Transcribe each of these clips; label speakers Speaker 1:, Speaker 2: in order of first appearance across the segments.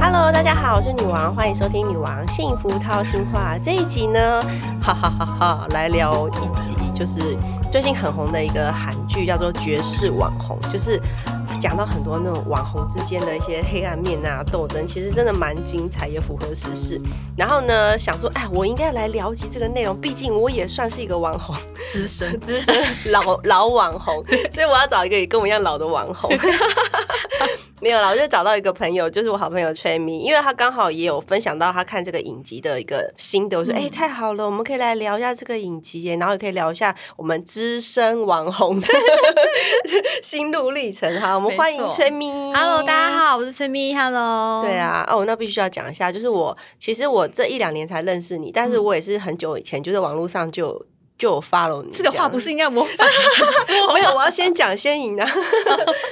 Speaker 1: Hello，大家好，我是女王，欢迎收听《女王幸福掏心话》这一集呢，哈哈哈哈，来聊一集就是最近很红的一个韩剧，叫做《绝世网红》，就是讲到很多那种网红之间的一些黑暗面啊、斗争，其实真的蛮精彩，也符合时事。然后呢，想说，哎，我应该来聊集这个内容，毕竟我也算是一个网红，
Speaker 2: 资深
Speaker 1: 资深老老网红，所以我要找一个也跟我一样老的网 红。没有啦，我就找到一个朋友，就是我好朋友崔咪，因为他刚好也有分享到他看这个影集的一个心得，我
Speaker 2: 嗯
Speaker 1: 说哎、诶太好了，我们可以来聊一下这个影集耶，然后也可以聊一下我们资深网红 的心路历程哈。我们欢
Speaker 2: 没
Speaker 1: 迎
Speaker 2: 错
Speaker 1: 崔咪
Speaker 2: Hello，大家。好，我是崔咪。Hello，
Speaker 1: 对，啊，哦，那必须要讲一下，就是我其实我这一两年才认识你，但是
Speaker 2: 嗯
Speaker 1: 我也是很久以前，就是网络上就有就有 follow 你样。
Speaker 2: 这个话不是应该模仿？
Speaker 1: 没有，我要先讲先赢 啊。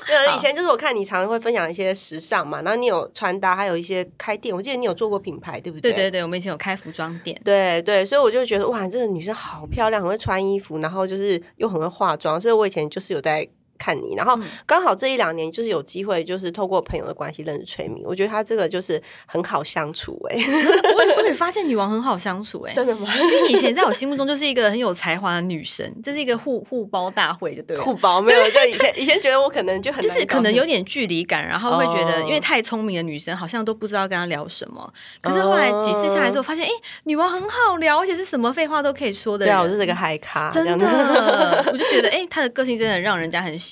Speaker 1: 没有，
Speaker 2: 好
Speaker 1: 以前就是我看你常常会分享一些时尚嘛，然后你有穿搭，还有一些开店，我记得你有做过品牌，对不
Speaker 2: 对
Speaker 1: 对？
Speaker 2: 对对，我们以前有开服装店，
Speaker 1: 对对，所以我就觉得哇，这个女生好漂亮，很会穿衣服，然后就是又很会化妆，所以我以前就是有在。看你，然后
Speaker 2: 嗯
Speaker 1: 刚好这一两年就是有机会，就是透过朋友的关系认识崔明，我觉得她这个就是很好相处哎、
Speaker 2: 我 也我也发现女王很好相处哎、欸。
Speaker 1: 真的吗？
Speaker 2: 因为以前在我心目中就是一个很有才华的女神，这是一个互互包大会，就对 了
Speaker 1: 酷。包没有，就以前以前觉得我可能就很
Speaker 2: 就是
Speaker 1: 难搞
Speaker 2: 可能有点距离感，然后会觉得
Speaker 1: 哦，
Speaker 2: 因为太聪明的女生好像都不知道跟她聊什么。可是后来几次下来之后，发现哎、女王很好聊，而且是什么废话都可以说的
Speaker 1: 对
Speaker 2: 人。
Speaker 1: 啊，我就是个嗨咖，这样
Speaker 2: 真
Speaker 1: 子
Speaker 2: 的，我就觉得哎、她的个性真的让人家很喜欢。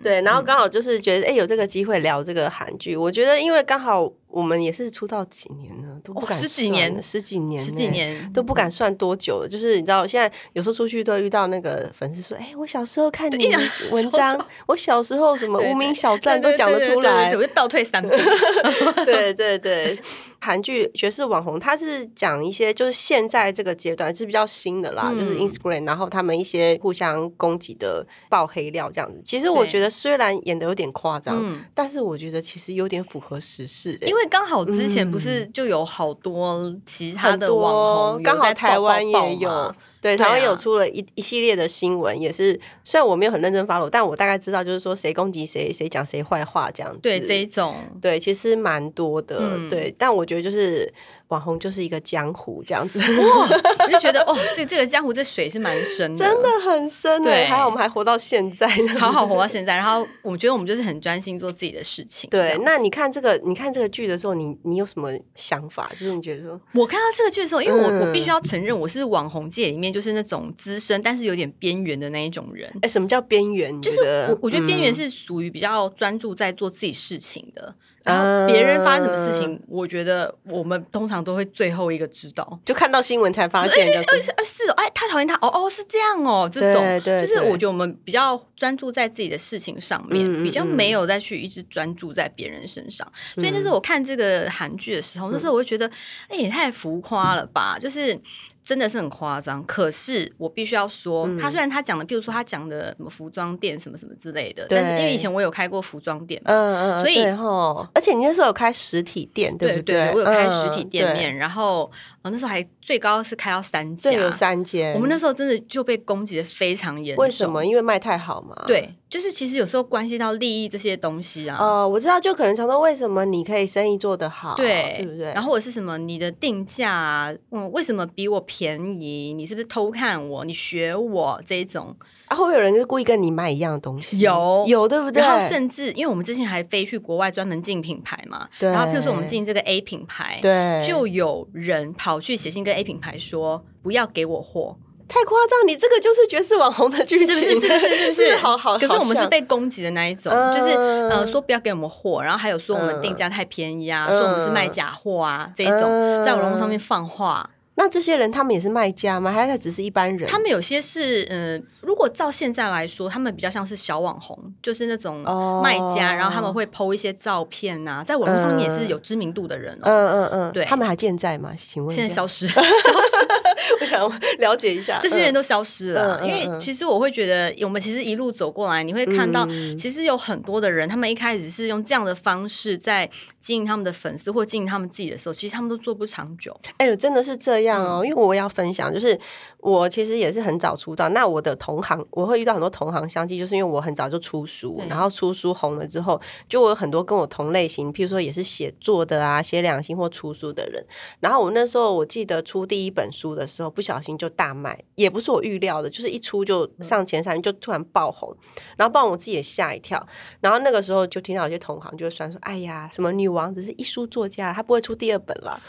Speaker 1: 对，然后
Speaker 2: 嗯
Speaker 1: 刚好就是觉得，哎、有这个机会聊这个韩剧，我觉得因为刚好我们也是出道几年呢，都不
Speaker 2: 哦
Speaker 1: 敢、
Speaker 2: 十几年
Speaker 1: 十几年，
Speaker 2: 十几。年
Speaker 1: 都不敢算多久了，就是你知道，现在有时候出去都会遇到那个粉丝说：“哎、我小时候看
Speaker 2: 对
Speaker 1: 你
Speaker 2: 一
Speaker 1: 的
Speaker 2: 讲
Speaker 1: 文章，我小时候什么
Speaker 2: 对对
Speaker 1: 无名小站都讲得出来”
Speaker 2: 对对对对对。我就倒退三步。
Speaker 1: 对对对， 韩剧《绝世网红》它是讲一些就是现在这个阶段是比较新的啦，
Speaker 2: 嗯
Speaker 1: 就是 Instagram，然后他们一些互相攻击的爆黑料这样子。其实我
Speaker 2: 对
Speaker 1: 觉得虽然演的有点夸张，
Speaker 2: 嗯，
Speaker 1: 但是我觉得其实有点符合时事、欸，
Speaker 2: 因为刚好之前不是就有好多其他的网
Speaker 1: 很多
Speaker 2: 红，
Speaker 1: 刚好台湾也有，对，
Speaker 2: 对啊
Speaker 1: 台湾有出了一一系列的新闻，也是虽然我没有很认真 follow，但我大概知道就是说谁攻击谁，谁讲谁坏话这样子。
Speaker 2: 对这一种。
Speaker 1: 对其实蛮多的，
Speaker 2: 嗯
Speaker 1: 对，但我觉得就是网红就是一个江湖这样子，
Speaker 2: 我就觉得哦，这这个江湖这水是蛮深的，
Speaker 1: 真的很深的、
Speaker 2: 对
Speaker 1: 还好我们还活到现在，
Speaker 2: 好好活到现在。然后我觉得我们就是很专心做自己的事情。这
Speaker 1: 对
Speaker 2: 样，子
Speaker 1: 那你看这个，你看这个剧的时候，你你有什么想法？就是你觉得说，
Speaker 2: 我看到这个剧的时候，因为我、
Speaker 1: 嗯
Speaker 2: 我必须要承认，我是网红界里面就是那种资深但是有点边缘的那一种人。
Speaker 1: 哎，什么叫边缘？你
Speaker 2: 就是我，我觉得边缘
Speaker 1: 嗯
Speaker 2: 是属于比较专注在做自己事情的，然后别人发生什么事
Speaker 1: 呃
Speaker 2: 情，我觉得我们通常都会最后一个知道。
Speaker 1: 嗯就看到新闻才发现这样子，
Speaker 2: 是呃是哦，哎，他讨厌他，哦哦，是这样哦，这种
Speaker 1: 对对
Speaker 2: 就是
Speaker 1: 对
Speaker 2: 我觉得我们比较专注在自己的事情上面，
Speaker 1: 嗯嗯
Speaker 2: 比较
Speaker 1: 嗯
Speaker 2: 没有再去一直专注在别人身上。所以那时候我看这个韩剧的时候，那
Speaker 1: 嗯
Speaker 2: 时候我就觉得，哎、也太浮夸了吧，就是。真的是很夸张，可是我必须要说，
Speaker 1: 嗯
Speaker 2: 他虽然他讲的，比如说他讲的什么服装店什么什么之类的，
Speaker 1: 对
Speaker 2: 但是因为以前我有开过服装店嘛，
Speaker 1: 嗯嗯，
Speaker 2: 所以
Speaker 1: 然后，而且你那时候有开实体店，呃不
Speaker 2: 对对，我有开实体店。
Speaker 1: 嗯
Speaker 2: 面，然后呃那时候还最高是开到三家，
Speaker 1: 对，这有三间。
Speaker 2: 我们那时候真的就被攻击的非常严重。
Speaker 1: 为什么？？因为卖太好嘛。。
Speaker 2: 对，就是其实有时候关系到利益这些东西啊。
Speaker 1: 哦，我知道，就可能想说，为什么你可以生意做得好，
Speaker 2: 对，
Speaker 1: 对不对？
Speaker 2: 然后我是什么？你的定价啊，嗯，为什么比我便宜？你是不是偷看我？你学我这一种？
Speaker 1: 啊，会不会有人就故意跟你卖一样的东西？
Speaker 2: 有
Speaker 1: 有，对不对？
Speaker 2: 然后甚至，因为我们之前还飞去国外专门进品牌嘛，
Speaker 1: 对
Speaker 2: 然后譬如说我们进这个 A 品牌，
Speaker 1: 对，
Speaker 2: 就有人跑去写信跟 A 品牌说不要给我货，
Speaker 1: 太夸张，你这个就是绝世网红的剧
Speaker 2: 是
Speaker 1: 情，
Speaker 2: 不是？是不是？是 不是？
Speaker 1: 好好，
Speaker 2: 可是我
Speaker 1: 哦
Speaker 2: 们
Speaker 1: 好
Speaker 2: 是
Speaker 1: 像
Speaker 2: 被攻击的那一种，就是呃说不要给我们货，然后还有说我们定价太便宜啊，
Speaker 1: 嗯
Speaker 2: 说我们是卖假货啊，这一种
Speaker 1: 嗯
Speaker 2: 在网络上面放话。
Speaker 1: 那这些人他们也是卖家吗？还是他只是一般人？
Speaker 2: 他们有些是嗯、呃如果照现在来说，他们比较像是小网红，就是那种
Speaker 1: 哦
Speaker 2: 卖家，然后他们会 PO 一些照片啊，在网络上面也是有知名度的人哦。
Speaker 1: 嗯嗯嗯嗯，
Speaker 2: 对
Speaker 1: 他们还健在吗？请问一
Speaker 2: 现在
Speaker 1: 下
Speaker 2: 消失，消失，
Speaker 1: 我想了解一下，
Speaker 2: 这些人
Speaker 1: 都
Speaker 2: 都消失了啊、
Speaker 1: 嗯嗯
Speaker 2: 因为其实我会觉得，我们其实一路走过来，你会看到，
Speaker 1: 嗯
Speaker 2: 其实有很多的人，他们一开始是用这样的方式在经营他们的粉丝或经营他们自己的时候，其实他们都做不长久。
Speaker 1: 哎呦，真的是这样哦，因为我要分享，就是我其实也是很早出道，那我的同行我会遇到很多同行相继，就是因为我很早就出书
Speaker 2: 对，
Speaker 1: 然后出书红了之后，就我有很多跟我同类型，譬如说也是写作的啊，写两性或出书的人，然后我那时候我记得出第一本书的时候，不小心就大卖，也不是我预料的，就是一出就上前三名，就突然爆红，然后爆红我自己也吓一跳，然后那个时候就听到有些同行就会酸说，哎呀，什么女王只是一书作家，她不会出第二本啦。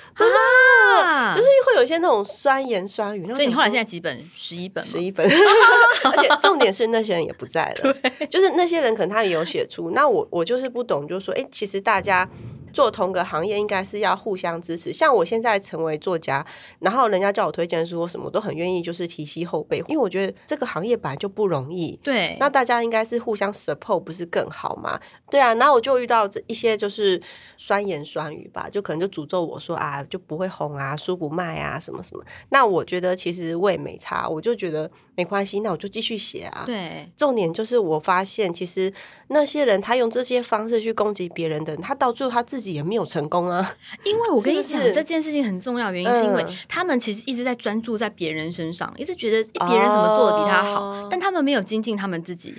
Speaker 2: 啊
Speaker 1: 就是会有一些那种酸言酸语。
Speaker 2: 所以你后来现在几本？十一本吗？
Speaker 1: 十一本， 而且重点是那些人也不在 了，就是那些人可能他也有写出。那我我就是不懂，就是说，哎、其实大家。做同个行业应该是要互相支持，像我现在成为作家，然后人家叫我推荐书，我什么都很愿意，就是提携后辈，因为我觉得这个行业本来就不容易，
Speaker 2: 对，
Speaker 1: 那大家应该是互相 support 不是更好吗？对啊，然后我就遇到这一些就是酸言酸语吧，就可能就诅咒我说啊就不会红啊，书不卖啊什么什么。那我觉得其实我也没差，我就觉得没关系，那我就继续写啊。
Speaker 2: 对，
Speaker 1: 重点就是我发现，其实那些人他用这些方式去攻击别人的人，他到最后他自己也没有成功啊。
Speaker 2: 因为我跟你
Speaker 1: 是
Speaker 2: 讲
Speaker 1: 不是
Speaker 2: 这件事情很重要，原因是因为
Speaker 1: 嗯
Speaker 2: 他们其实一直在专注在别人身上，一直觉得别人怎么做的比他好，
Speaker 1: 哦
Speaker 2: 但他们没有精进他们自己。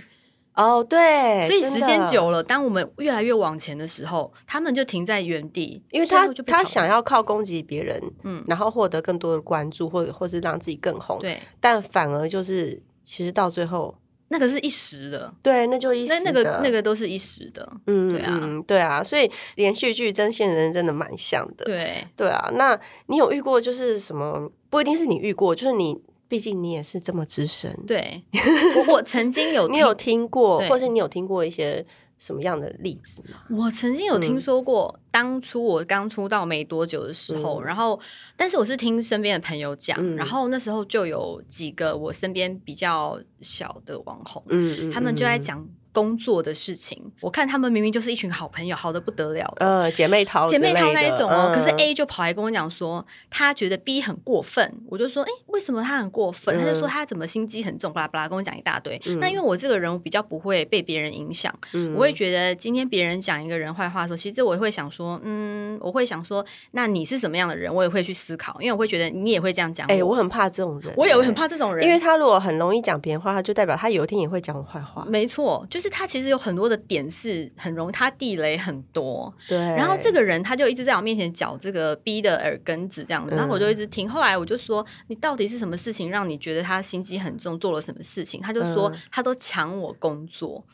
Speaker 1: 哦，对，
Speaker 2: 所以
Speaker 1: 真
Speaker 2: 时
Speaker 1: 的
Speaker 2: 间久了，当我们越来越往前的时候，他们就停在原地，
Speaker 1: 因为
Speaker 2: 最
Speaker 1: 他
Speaker 2: 后就被
Speaker 1: 他
Speaker 2: 淘汰
Speaker 1: 想要靠攻击别人，
Speaker 2: 嗯
Speaker 1: 然后获得更多的关注，或者或是让自己更红。
Speaker 2: 对，
Speaker 1: 但反而就是其实到最后，
Speaker 2: 那个是一时的，
Speaker 1: 对，那就一
Speaker 2: 那
Speaker 1: 时
Speaker 2: 那个
Speaker 1: 的
Speaker 2: 那，个都是一时的，
Speaker 1: 嗯，
Speaker 2: 对啊
Speaker 1: 嗯，对啊，所以连续剧跟现人真的蛮像的，
Speaker 2: 对。
Speaker 1: 对啊。那你有遇过就是什么？不一定是你遇过，就是你，毕竟你也是这么资深，
Speaker 2: 对， 我我曾经有
Speaker 1: 你有听过，
Speaker 2: 对
Speaker 1: 或是你有听过一些什么样的例子吗？
Speaker 2: 我曾经有听
Speaker 1: 嗯
Speaker 2: 说过，当初我刚出道没多久的时候，
Speaker 1: 嗯
Speaker 2: 然后，但是我是听身边的朋友讲，
Speaker 1: 嗯
Speaker 2: 然后那时候就有几个我身边比较小的网红，
Speaker 1: 嗯，嗯
Speaker 2: 他们就在，
Speaker 1: 嗯
Speaker 2: 讲工作的事情。我看他们明明就是一群好朋友，好的不得了的。
Speaker 1: 呃，姐妹淘之
Speaker 2: 姐
Speaker 1: 类
Speaker 2: 妹
Speaker 1: 的，
Speaker 2: 淘那一种哦，
Speaker 1: 嗯
Speaker 2: 可是 A 就跑来跟我讲说，他觉得 B 很过分，我就说，哎、为什么他很过分？
Speaker 1: 嗯
Speaker 2: 他就说他怎么心机很重，巴拉巴拉，跟我讲一大堆。
Speaker 1: 嗯
Speaker 2: 那因为我这个人，我比较不会被别人影响，
Speaker 1: 嗯
Speaker 2: 我会觉得今天别人讲一个人坏话的时候，其实我也会想说，嗯，我会想说，那你是什么样的人？我也会去思考，因为我会觉得你也会这样讲我。
Speaker 1: 哎，我很怕这种人，
Speaker 2: 我也会很怕这种
Speaker 1: 哎，
Speaker 2: 人，
Speaker 1: 因为他如果很容易讲别人坏话，就代表他有一天也会讲我坏话，
Speaker 2: 没错，就是他其实有很多的点是很容易，他地雷很多。
Speaker 1: 对。
Speaker 2: 嗯然后这个人他就一直在我面前嚼这个 B 的耳根子这样子，然后我就
Speaker 1: 嗯
Speaker 2: 一直听。后来我就说，你到底是什么事情让你觉得他心机很重，做了什么事情？他就说、
Speaker 1: 嗯
Speaker 2: 他都抢我工作。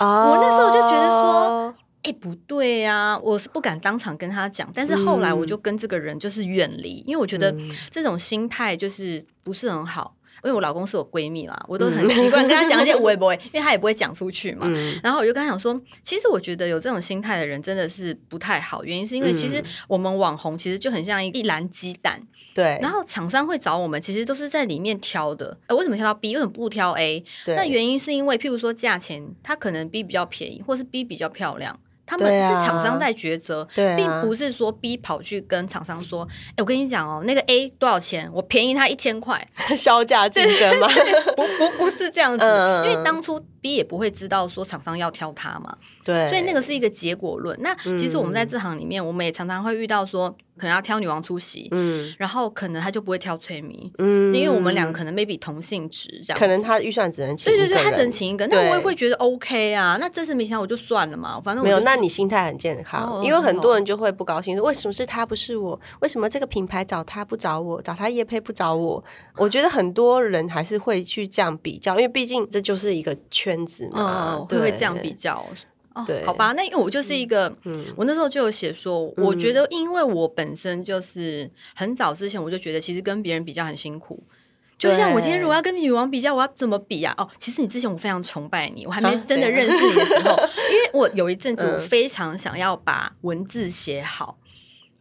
Speaker 1: 我
Speaker 2: 那时候就觉得
Speaker 1: 哦
Speaker 2: 说，哎、不对呀、我是不敢当场跟他讲，但是后来我就跟这个人就是远离，因为我觉得
Speaker 1: 嗯
Speaker 2: 这种心态就是不是很好。因为我老公是我闺蜜啦，我都很习惯跟他讲 一些无微不微，因为他也不会讲出去嘛。
Speaker 1: 嗯，
Speaker 2: 然后我就跟他讲说，其实我觉得有这种心态的人真的是不太好，原因是因为其实
Speaker 1: 嗯
Speaker 2: 我们网红其实就很像一一篮鸡蛋，
Speaker 1: 对，
Speaker 2: 然后厂商会找我们，其实都是在里面挑的。呃，为什么挑到 B？为什么不挑 A？
Speaker 1: 对
Speaker 2: 那原因是因为譬如说价钱，它可能 B 比较便宜，或是 B 比较漂亮，他们
Speaker 1: 对
Speaker 2: 是
Speaker 1: 啊
Speaker 2: 厂商在抉择。
Speaker 1: 对啊、
Speaker 2: 并 不是说 B 跑去跟厂商说，哎、我跟你讲哦，那个 A 多少钱？我便宜他一千块，
Speaker 1: 是销价竞争嘛，
Speaker 2: 不不不是这样子，
Speaker 1: 嗯嗯嗯
Speaker 2: 因为当初 B 也不会知道说厂商要挑他嘛，
Speaker 1: 对，嗯
Speaker 2: 所以那个是一个结果论。那其实我们在这行里面，我们也常常会遇到说，可能要挑女王出席，
Speaker 1: 嗯
Speaker 2: 然后可能他就不会挑崔迷，
Speaker 1: 嗯
Speaker 2: 因为我们两个可能 maybe 同性质这样子，
Speaker 1: 可能他预算只能请
Speaker 2: 对对
Speaker 1: 一
Speaker 2: 对，
Speaker 1: 个
Speaker 2: 他只能
Speaker 1: 人
Speaker 2: 请一个，那
Speaker 1: 对
Speaker 2: 我也会觉得 OK 啊。那真是没想到我就算了嘛，反正我
Speaker 1: 没有，
Speaker 2: 就
Speaker 1: 那你心态很健康，
Speaker 2: 哦
Speaker 1: 因为
Speaker 2: 真的
Speaker 1: 很
Speaker 2: 哦
Speaker 1: 多人就会不高兴，说为什么是他不是我？为什么这个品牌找他不找我？找他叶配不找我？我觉得很多人还是会去这样比较，因为毕竟这就是一个圈子嘛，
Speaker 2: 嗯，会
Speaker 1: 啊对
Speaker 2: 会这样比，较。哦
Speaker 1: 对，
Speaker 2: 好吧，那因为我就是一个，
Speaker 1: 嗯
Speaker 2: 我那时候就有写说，
Speaker 1: 嗯
Speaker 2: 我觉得因为我本身就是很早之前我就觉得，其实跟别人比较很辛苦。就像我今天如果要跟女王比较，我要怎么比啊？哦，其实你之前我非常崇拜你，我还没
Speaker 1: 啊
Speaker 2: 真
Speaker 1: 怎
Speaker 2: 的
Speaker 1: 样
Speaker 2: 认识 你的时候，因为我有一阵子
Speaker 1: 嗯
Speaker 2: 我非常想要把文字写好，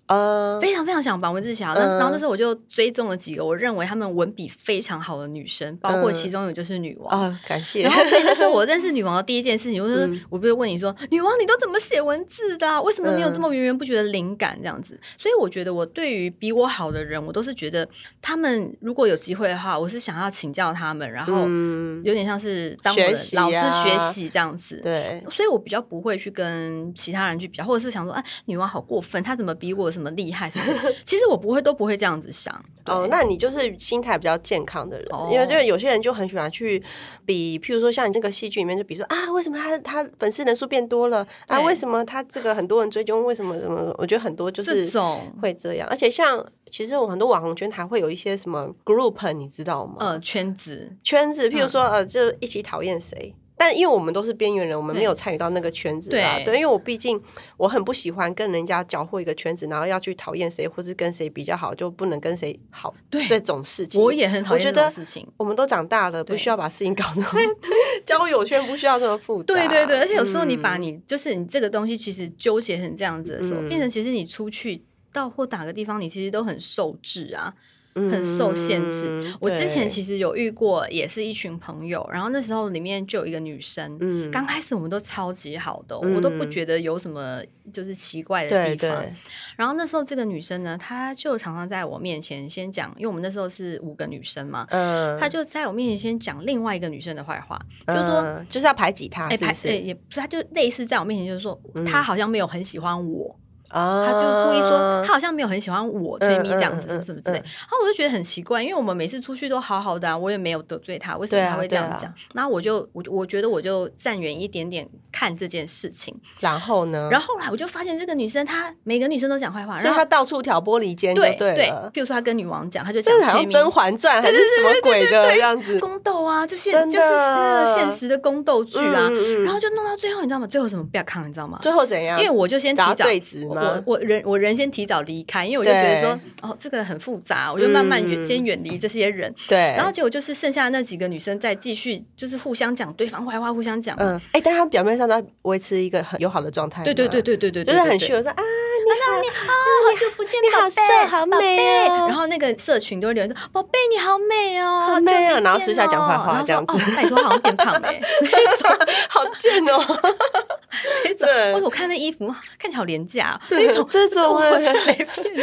Speaker 1: 呃，
Speaker 2: 非常非常想把文字写好。那、
Speaker 1: 嗯
Speaker 2: 然后那时候我就追踪了几个我认为她们文笔非常好的女生，包括
Speaker 1: 嗯
Speaker 2: 其中有就是女王。
Speaker 1: 啊，感谢
Speaker 2: 然。后，所以那是我 认识女王的第一件事情，就是、
Speaker 1: 嗯
Speaker 2: 我不是问你说，女王你都怎么写文字的啊、为什么你有
Speaker 1: 嗯
Speaker 2: 这么源源不绝的灵感这样子？所以我觉得我对于比我好的人，我都是觉得他们如果有机会的话，我是想要请教他们，然后
Speaker 1: 嗯，
Speaker 2: 有点像是当我的
Speaker 1: 学习
Speaker 2: 老师
Speaker 1: 啊
Speaker 2: 学习这样子。
Speaker 1: 对，
Speaker 2: 所以我比较不会去跟其他人去比较，或者是想说，哎、女王好过分，她怎么比我什么厉害什么的？ 其实我不会，都不会这样子想。
Speaker 1: 哦
Speaker 2: 对，
Speaker 1: 那你就是心态比较健康的人，
Speaker 2: 哦
Speaker 1: 因为就是有些人就很喜欢去比，譬如说像你这个戏剧里面，就比如说啊，为什么他他粉丝人数变多了啊？
Speaker 2: 对
Speaker 1: 为什么他这个很多人追踪？为什么什么？我觉得很多就是
Speaker 2: 这种
Speaker 1: 会这样，而且像其实我很多网红圈还会有一些什么 group，你知道吗？
Speaker 2: 呃圈子，
Speaker 1: 圈子，譬如
Speaker 2: 嗯
Speaker 1: 说、呃，就一起讨厌谁。但因为我们都是边缘人，我们
Speaker 2: 对
Speaker 1: 没有参与到那个圈子啦。
Speaker 2: 对
Speaker 1: 对，因为我毕竟我很不喜欢跟人家交互一个圈子，然后要去讨厌谁，或是跟谁比较好，就不能跟谁好
Speaker 2: 对
Speaker 1: 这种事情。
Speaker 2: 我也很讨
Speaker 1: 我觉
Speaker 2: 厌这种
Speaker 1: 得
Speaker 2: 事情。
Speaker 1: 我们都长大了，
Speaker 2: 对
Speaker 1: 不需要把事情搞那 么交友圈不需要这么复杂。
Speaker 2: 对对对，而且有时候你
Speaker 1: 啊嗯
Speaker 2: 把你、就是你这个东西其实纠结成这样子的时候，
Speaker 1: 嗯
Speaker 2: 变成其实你出去到或打个地方，你其实都很受制啊。很受限制
Speaker 1: 嗯
Speaker 2: 我之前
Speaker 1: 对
Speaker 2: 其实有遇过，也是一群朋友，然后那时候里面就有一个女生。
Speaker 1: 嗯
Speaker 2: 刚开始我们都超级好的哦、
Speaker 1: 嗯
Speaker 2: 我都不觉得有什么就是奇怪的
Speaker 1: 对
Speaker 2: 地方。
Speaker 1: 对
Speaker 2: 然后那时候这个女生呢，她就常常在我面前先讲，因为我们那时候是五个女生嘛，
Speaker 1: 嗯，
Speaker 2: 她就在我面前先讲另外一个女生的坏话，就说
Speaker 1: 嗯就是要排挤他，是
Speaker 2: 哎、排
Speaker 1: 不
Speaker 2: 哎、
Speaker 1: 是？
Speaker 2: 也不是，他就类似在我面前就是说，
Speaker 1: 嗯
Speaker 2: 他好像没有很喜欢我，
Speaker 1: 啊
Speaker 2: 他就故意说他好像没有很喜欢我，
Speaker 1: 嗯
Speaker 2: 追迷这样子
Speaker 1: 嗯
Speaker 2: 什么什么之类。
Speaker 1: 嗯嗯
Speaker 2: 然后我就觉得很奇怪，因为我们每次出去都好好的、啊，我也没有得罪他，为什
Speaker 1: 对
Speaker 2: 么
Speaker 1: 啊
Speaker 2: 他会这样
Speaker 1: 对啊
Speaker 2: 讲？然后我就我我觉得我就站远一点点看这件事情。
Speaker 1: 然后呢？
Speaker 2: 然后后来我就发现这个女生，她每个女生都讲坏话，
Speaker 1: 嗯所
Speaker 2: 然
Speaker 1: 以
Speaker 2: 后
Speaker 1: 他到处挑拨离间，就
Speaker 2: 对
Speaker 1: 对
Speaker 2: 对
Speaker 1: 了，。
Speaker 2: 譬如说她跟女王讲，她就讲
Speaker 1: 这是好像
Speaker 2: 薛
Speaker 1: 《
Speaker 2: 明
Speaker 1: 甄嬛传》还是什么鬼的这样子，
Speaker 2: 宫斗啊，就现
Speaker 1: 真
Speaker 2: 就是那个
Speaker 1: 的
Speaker 2: 现实的宫斗剧啊。
Speaker 1: 嗯嗯嗯
Speaker 2: 然后就弄到最后，你知道吗？最后怎么不要看，你知道吗？
Speaker 1: 最后怎样？
Speaker 2: 因为我就先提
Speaker 1: 答
Speaker 2: 早
Speaker 1: 对值
Speaker 2: 我
Speaker 1: 吗？
Speaker 2: 我人我人先提早离开，因为我就觉得
Speaker 1: 对
Speaker 2: 说，哦，这个很复杂，我就慢慢远、
Speaker 1: 嗯
Speaker 2: 先远离这些人。
Speaker 1: 对，
Speaker 2: 然后结果就是剩下那几个女生在继续就是互相讲对方坏话，互相讲。
Speaker 1: 嗯，哎，但他表面上都在维持一个很友好的状态，
Speaker 2: 对对对，对对对，
Speaker 1: 就是很
Speaker 2: 对
Speaker 1: 虚。伪说啊，
Speaker 2: 好久不见，
Speaker 1: 你好
Speaker 2: 宝贝
Speaker 1: 帅好美哦
Speaker 2: 宝贝然后那个社群都会留言说：“宝贝，你好美哦，
Speaker 1: 好美哦
Speaker 2: 好久不见
Speaker 1: 然后私下讲坏话
Speaker 2: 然后说
Speaker 1: 这样子
Speaker 2: 哦，拜托，好像变胖 了耶。啊
Speaker 1: 好贱 哦，
Speaker 2: 这种，
Speaker 1: 对
Speaker 2: 或者我看那衣服看起来好廉价哦，
Speaker 1: 对
Speaker 2: 这种
Speaker 1: 这种
Speaker 2: 我
Speaker 1: 哎
Speaker 2: 真没骗。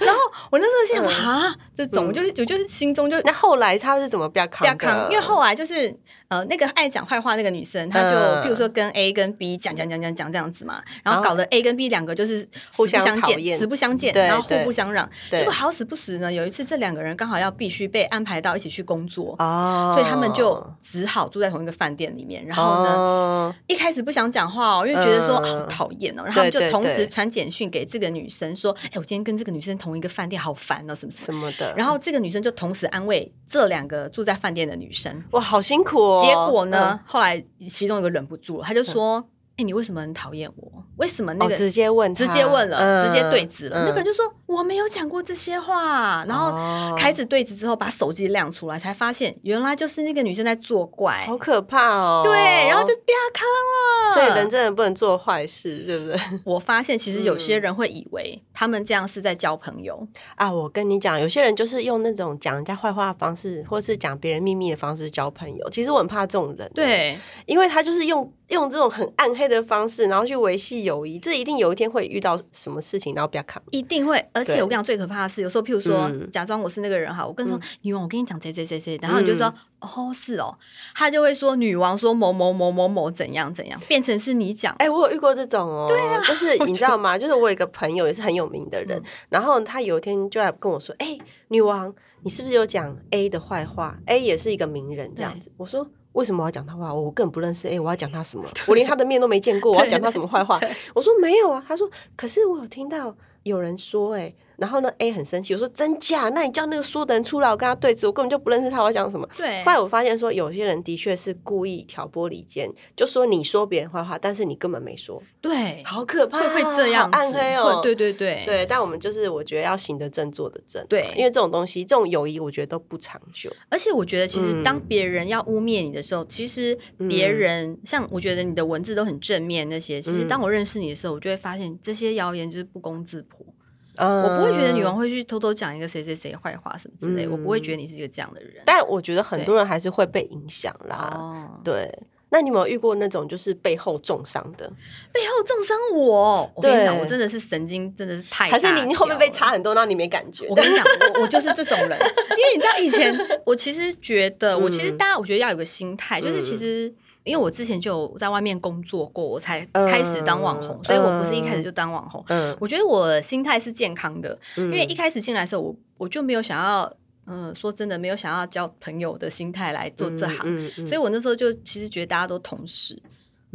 Speaker 2: 然后我那时候心想说啊，这种
Speaker 1: 嗯
Speaker 2: 我就我就是心中就
Speaker 1: 那后来他是怎么不要
Speaker 2: 不
Speaker 1: 扛
Speaker 2: 要
Speaker 1: 的？
Speaker 2: 扛，因为后来就是呃，那个爱讲坏话那个女生，她就
Speaker 1: 嗯
Speaker 2: 譬如说跟 A 跟 B 讲讲讲讲讲这样子嘛，然后
Speaker 1: 然后
Speaker 2: 搞得 A 跟 B 两个就是
Speaker 1: 互
Speaker 2: 死不
Speaker 1: 相
Speaker 2: 相
Speaker 1: 讨
Speaker 2: 见，
Speaker 1: 厌
Speaker 2: 死不相见，
Speaker 1: 对
Speaker 2: 然后互
Speaker 1: 对
Speaker 2: 不相让。
Speaker 1: 对
Speaker 2: 结果好死不死呢，有一次这两个人刚好要必须被安排到一起去工作。
Speaker 1: 哦，
Speaker 2: 所以他们就只好住在同一个饭店里面，然后呢，
Speaker 1: 呢，
Speaker 2: 一开始不想讲话哦，因为觉得说、
Speaker 1: 哦嗯
Speaker 2: 好讨厌哦，然后他们就
Speaker 1: 对对
Speaker 2: 同时
Speaker 1: 对
Speaker 2: 传简讯给这个女生说：“哎、我今天跟这个女生同一个饭店，好烦哦，什么
Speaker 1: 什
Speaker 2: 什么。
Speaker 1: 么的，
Speaker 2: 然后这个女生就同时安慰这两个住在饭店的女生。
Speaker 1: 哇，好辛苦哦。
Speaker 2: 结果呢，后来其中一个忍不住了，他就说：“哎、你为什么很讨厌我？为什么
Speaker 1: 嗯？
Speaker 2: 那个、
Speaker 1: 哦直接问他，
Speaker 2: 直接问了，
Speaker 1: 嗯
Speaker 2: 直接对质了？”
Speaker 1: 嗯
Speaker 2: 那个人就说：“我没有讲过这些话。”然后。
Speaker 1: 哦
Speaker 2: 开始对质之后，把手机亮出来，才发现原来就是那个女生在作怪。
Speaker 1: 好可怕哦。
Speaker 2: 对，然后就不嗯要看了。
Speaker 1: 所以人真的不能做坏事，对不对？
Speaker 2: 我发现其实有
Speaker 1: 嗯
Speaker 2: 些人会以为他们这样是在交朋友，
Speaker 1: 啊，我跟你讲，有些人就是用那种讲人家坏话的方式，或是讲别人秘密的方式交朋友。其实我很怕这种人，，欸
Speaker 2: 对，
Speaker 1: 因为他就是用用这种很暗黑的方式，然后去维系友谊。这一定有一天会遇到什么事情，然后不要看。
Speaker 2: 一定会。而且
Speaker 1: 对
Speaker 2: 我跟你讲，最可怕的是，有时候譬如说，
Speaker 1: 嗯
Speaker 2: 假装我是那个人哈，我跟你说
Speaker 1: 嗯，
Speaker 2: 女王，我跟你讲谁谁谁谁，然后你就说。哦，是哦，他就会说女王说某某某某某怎样怎样，变成是你讲，
Speaker 1: 哎、我有遇过这种哦，对啊，就是
Speaker 2: 我
Speaker 1: 你知
Speaker 2: 觉
Speaker 1: 道吗？就是我有一个朋友也是很有名的人，
Speaker 2: 嗯
Speaker 1: 然后他有一天就来跟我说：“哎、女王，你是不是有讲 A 的坏话？A 也是一个名人，这样子。”我说。为什么我要讲他坏话？我根本不认识 A，我要讲他什么？我连他的面都没见过，我要讲他什么坏话？
Speaker 2: 对
Speaker 1: 我说没有啊，他说可是我有听到有人说哎、然后呢 A 很生气，我说真假？那你叫那个说的人出来，我跟他对峙，我根本就不认识他，我要讲什么？
Speaker 2: 对
Speaker 1: 后来我发现说有些人的确是故意挑拨离间，就说你说别人坏话，但是你根本没说，
Speaker 2: 对，
Speaker 1: 好可怕、
Speaker 2: 会会这
Speaker 1: 好
Speaker 2: 样子，
Speaker 1: 暗黑哦、
Speaker 2: 会对对对
Speaker 1: 对，但我们就是我觉得要行得正，坐得正啊、
Speaker 2: 对
Speaker 1: 因为这种东西，这种友谊我觉得都不长久。
Speaker 2: 而且我觉得，其实
Speaker 1: 嗯
Speaker 2: 当别人要污蔑你的时候，其实别人、像我觉得你的文字都很正面那些，其实
Speaker 1: 嗯
Speaker 2: 当我认识你的时候，我就会发现这些谣言就是不攻自破。
Speaker 1: 嗯嗯
Speaker 2: 我不会觉得女王会去偷偷讲一个谁谁谁坏话什么之类，我不会觉得你是一个这样的人。
Speaker 1: 但我觉得很多人还是会被影响啦。
Speaker 2: 哦，
Speaker 1: 对，那你有没有遇过那种就是背后重伤的，
Speaker 2: 背后重伤我，我跟你讲，
Speaker 1: 对
Speaker 2: 我真的是神经真的是太
Speaker 1: 还是
Speaker 2: 大
Speaker 1: 你你后面
Speaker 2: 条
Speaker 1: 被
Speaker 2: 了
Speaker 1: 插很多，然后你没感觉
Speaker 2: 我？跟你讲，我我就是这种 人，因为你知道以前我其实觉得，我其实
Speaker 1: 嗯
Speaker 2: 大家我觉得要有个心态，就是其
Speaker 1: 嗯
Speaker 2: 实。因为我之前就有在外面工作过，我才
Speaker 1: 嗯
Speaker 2: 开始当网红，所以我不是一开始
Speaker 1: 嗯
Speaker 2: 就当网红。
Speaker 1: 嗯，
Speaker 2: 我觉得我心态是健康的，
Speaker 1: 因
Speaker 2: 因为一开始进来的时候，我我就没有想要，嗯、说真的，没有想要交朋友的心态来做这行，
Speaker 1: 嗯嗯
Speaker 2: 所以我那时候就其实觉得大家都同事，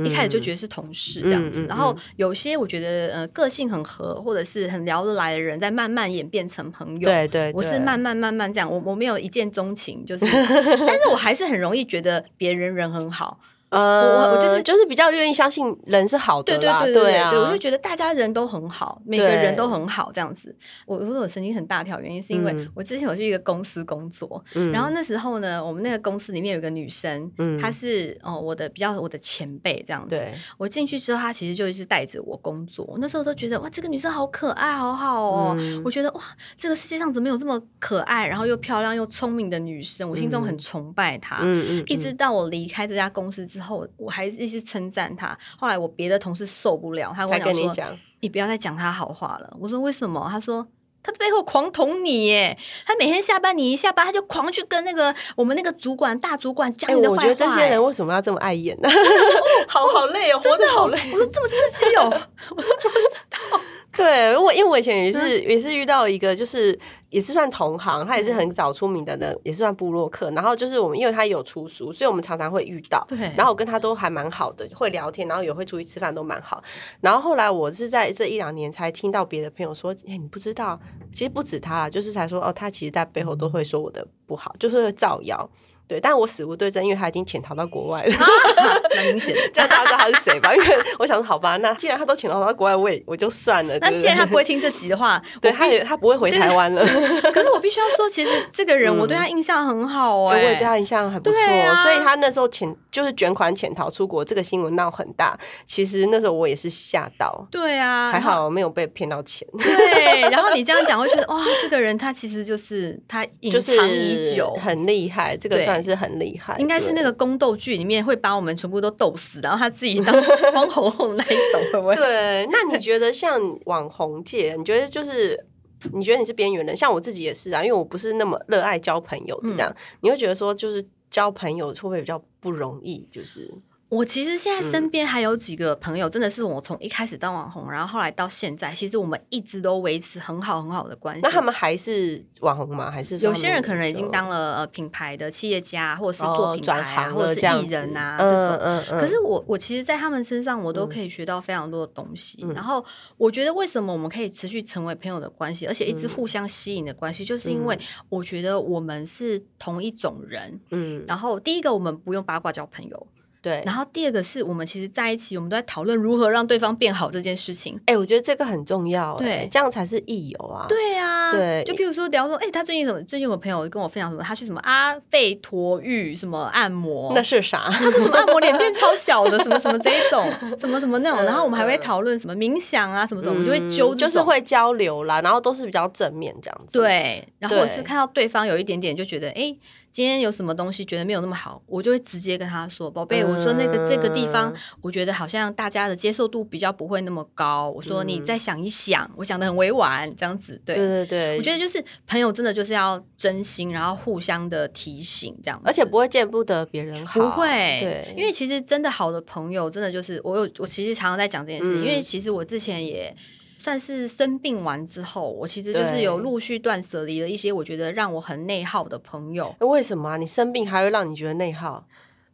Speaker 2: 一开始就觉
Speaker 1: 得
Speaker 2: 得是同事这样子，
Speaker 1: 嗯嗯嗯嗯
Speaker 2: 然后有些我觉得呃个性很合或者是很聊得来的人，再慢慢演变成朋
Speaker 1: 嗯
Speaker 2: 友。
Speaker 1: 对对，
Speaker 2: 我是
Speaker 1: 对
Speaker 2: 慢慢慢慢这样，我我没有一见钟情，就是，但是我还是很容易觉得别人人很好，
Speaker 1: 呃，
Speaker 2: 我我就是
Speaker 1: 就是比较愿意相信人是好
Speaker 2: 对
Speaker 1: 的
Speaker 2: 对
Speaker 1: 啦，
Speaker 2: 对对
Speaker 1: 啊，
Speaker 2: 对，我就觉得大家人都很好，每个人
Speaker 1: 对
Speaker 2: 都很好这样子。我我说我神经很大条，原因是因为
Speaker 1: 嗯
Speaker 2: 我之前有去一个公司工作，
Speaker 1: 嗯
Speaker 2: 然后那时候呢，我们那个公司里面有一个女生，
Speaker 1: 嗯
Speaker 2: 她是哦、我的比较我的前辈这样子，
Speaker 1: 对，嗯
Speaker 2: 我进去之后，她其实就是带着我工作。我那时候都觉得哇，这个女生好可爱，好好哦。
Speaker 1: 嗯
Speaker 2: 我觉得哇，这个世界上怎么有这么可爱，然后又漂亮又聪明的女生？我心中很
Speaker 1: 嗯
Speaker 2: 崇拜她。
Speaker 1: 嗯
Speaker 2: 啊一直到我离开这家公司之后，我还一直称赞她。后来我别的同事受不了，他跟
Speaker 1: 才
Speaker 2: 我
Speaker 1: 跟你
Speaker 2: 讲说：“
Speaker 1: 讲，
Speaker 2: 你不要再讲她好话了。”我说：“为什么？”他说。他背后狂捅你耶！他每天下班，你一下班他就狂去跟那个我们那个主管大主管讲
Speaker 1: 哎，
Speaker 2: 你的坏
Speaker 1: 我
Speaker 2: 话欸
Speaker 1: 觉
Speaker 2: 耶。
Speaker 1: 得这些人为什么要这么碍眼呢？ 好好累哦，活得好累。
Speaker 2: 我说这么刺激哦，
Speaker 1: 对，我因为我以前也是
Speaker 2: 嗯
Speaker 1: 也是遇到一个，就是也是算同行，他也是很早出名的人，也是算部落客。然后就是我们，因为他有出书，所以我们常常会遇到。
Speaker 2: 对，
Speaker 1: 然后我跟他都还蛮好的，会聊天，然后也会出去吃饭，都蛮好。然后后来我是在这一两年才听到别的朋友说，哎、你不知道，其实不止他啦，就是才说哦，他其实在背后都会说我的不好，就是会造谣。对，但我死无对证，因为他已经潜逃到国外 了，
Speaker 2: 蛮明显的。
Speaker 1: 这样大家知道他是谁吧？因为我想说，好吧，那既然他都潜逃到国外，我也我就算了。
Speaker 2: 那
Speaker 1: 对
Speaker 2: 既然他不
Speaker 1: 对
Speaker 2: 会听这集的话，
Speaker 1: 对他也他不会回台湾了，
Speaker 2: 可是我必须要说，其实这个人
Speaker 1: 嗯
Speaker 2: 我对他印象很好
Speaker 1: 我
Speaker 2: 哎、
Speaker 1: 也对他印象很不错，
Speaker 2: 对啊
Speaker 1: 所以他那时候潜就是卷款潜逃出国这个新闻闹很大，其实那时候我也是吓到，
Speaker 2: 对啊，
Speaker 1: 还
Speaker 2: 然后。
Speaker 1: 好没有被骗到钱，
Speaker 2: 对，然后你这样讲，会觉得哇，这个人他其实就是他隐
Speaker 1: 就是
Speaker 2: 藏已久，
Speaker 1: 很厉害，这个
Speaker 2: 对
Speaker 1: 算是很厉害，
Speaker 2: 应该是那 个宫斗剧里面会把我们全部都斗死，然后他自己当当红红那一 种，会不会
Speaker 1: 对。？对，那 你觉得像网红界，你觉得就是？你觉得你是边缘人，像我自己也是啊，因为我不是那么热爱交朋友的
Speaker 2: 嗯
Speaker 1: 这样，你会觉得说就是交朋友会不会比较不容易？就是
Speaker 2: 我其实现
Speaker 1: 嗯
Speaker 2: 在身边还有几个朋友，真的是我从一开始当网红，然后后来到现在，其实我们一直都维持很好很好的关系。
Speaker 1: 那他们还是网红吗？还是说
Speaker 2: 有
Speaker 1: 他
Speaker 2: 些
Speaker 1: 们
Speaker 2: 人可能已经
Speaker 1: 就哦
Speaker 2: 当了呃品牌的企业家，或者是做品牌
Speaker 1: 转
Speaker 2: 啊，
Speaker 1: 行
Speaker 2: 或者
Speaker 1: 了
Speaker 2: 是
Speaker 1: 这样
Speaker 2: 艺人啊
Speaker 1: 子
Speaker 2: 这种。
Speaker 1: 嗯嗯嗯
Speaker 2: 可是我我其实，在他们身上，我都
Speaker 1: 嗯
Speaker 2: 可以学到非常多的东西。
Speaker 1: 嗯
Speaker 2: 然后我觉得，为什么我们可以持续成为朋友的关系，而且一直
Speaker 1: 嗯
Speaker 2: 互相吸引的关系，就是因为我觉得我们是同一种人。
Speaker 1: 嗯，
Speaker 2: 然后第一个，我们不用八卦交朋友；
Speaker 1: 对。
Speaker 2: 然后第二个是我们其实在一起，我们都在讨论如何让对方变好这件事情。
Speaker 1: 哎、我觉得这个很重要、哎
Speaker 2: 对
Speaker 1: 这样才是益友啊。，
Speaker 2: 对啊，
Speaker 1: 对
Speaker 2: 就譬如说聊说，哎、他最近怎么？最近有朋友跟我分享什么？他去什么阿费陀浴什么按摩，
Speaker 1: 那是 啥？
Speaker 2: 他说什么按摩脸 变超小的，什么什么这一种，什么什么那种。
Speaker 1: 嗯
Speaker 2: 然后我们还会
Speaker 1: 嗯
Speaker 2: 讨论什么冥想啊什么的，我们就会揪
Speaker 1: 嗯
Speaker 2: 这种，
Speaker 1: 就是会交流啦，然后都是比较正面这样子。，
Speaker 2: 对。然后
Speaker 1: 对
Speaker 2: 或者是看到对方有一点点就觉得，哎、今天有什么东西觉得没有那么好，我就会直接跟他说，宝贝，我说那个这个地方
Speaker 1: 嗯，
Speaker 2: 我觉得好像大家的接受度比较不会那么高。我说你
Speaker 1: 嗯
Speaker 2: 再想一想，我讲的很委婉，这样子，对。
Speaker 1: 对对对，
Speaker 2: 我觉得。就是朋友真的就是要真心，然后互相的提醒这样子，
Speaker 1: 而且不会见不得别人好，
Speaker 2: 不会，
Speaker 1: 对，
Speaker 2: 因为其实真的好的朋友，真的就是我有我其实常常在讲这件事，
Speaker 1: 嗯
Speaker 2: 因为其实我之前也。算是生病完之后，我其实就是
Speaker 1: 对
Speaker 2: 有陆续断舍离了一些我觉得让我很内耗的朋友。
Speaker 1: 诶为什么啊？你生病还会让你觉得内耗？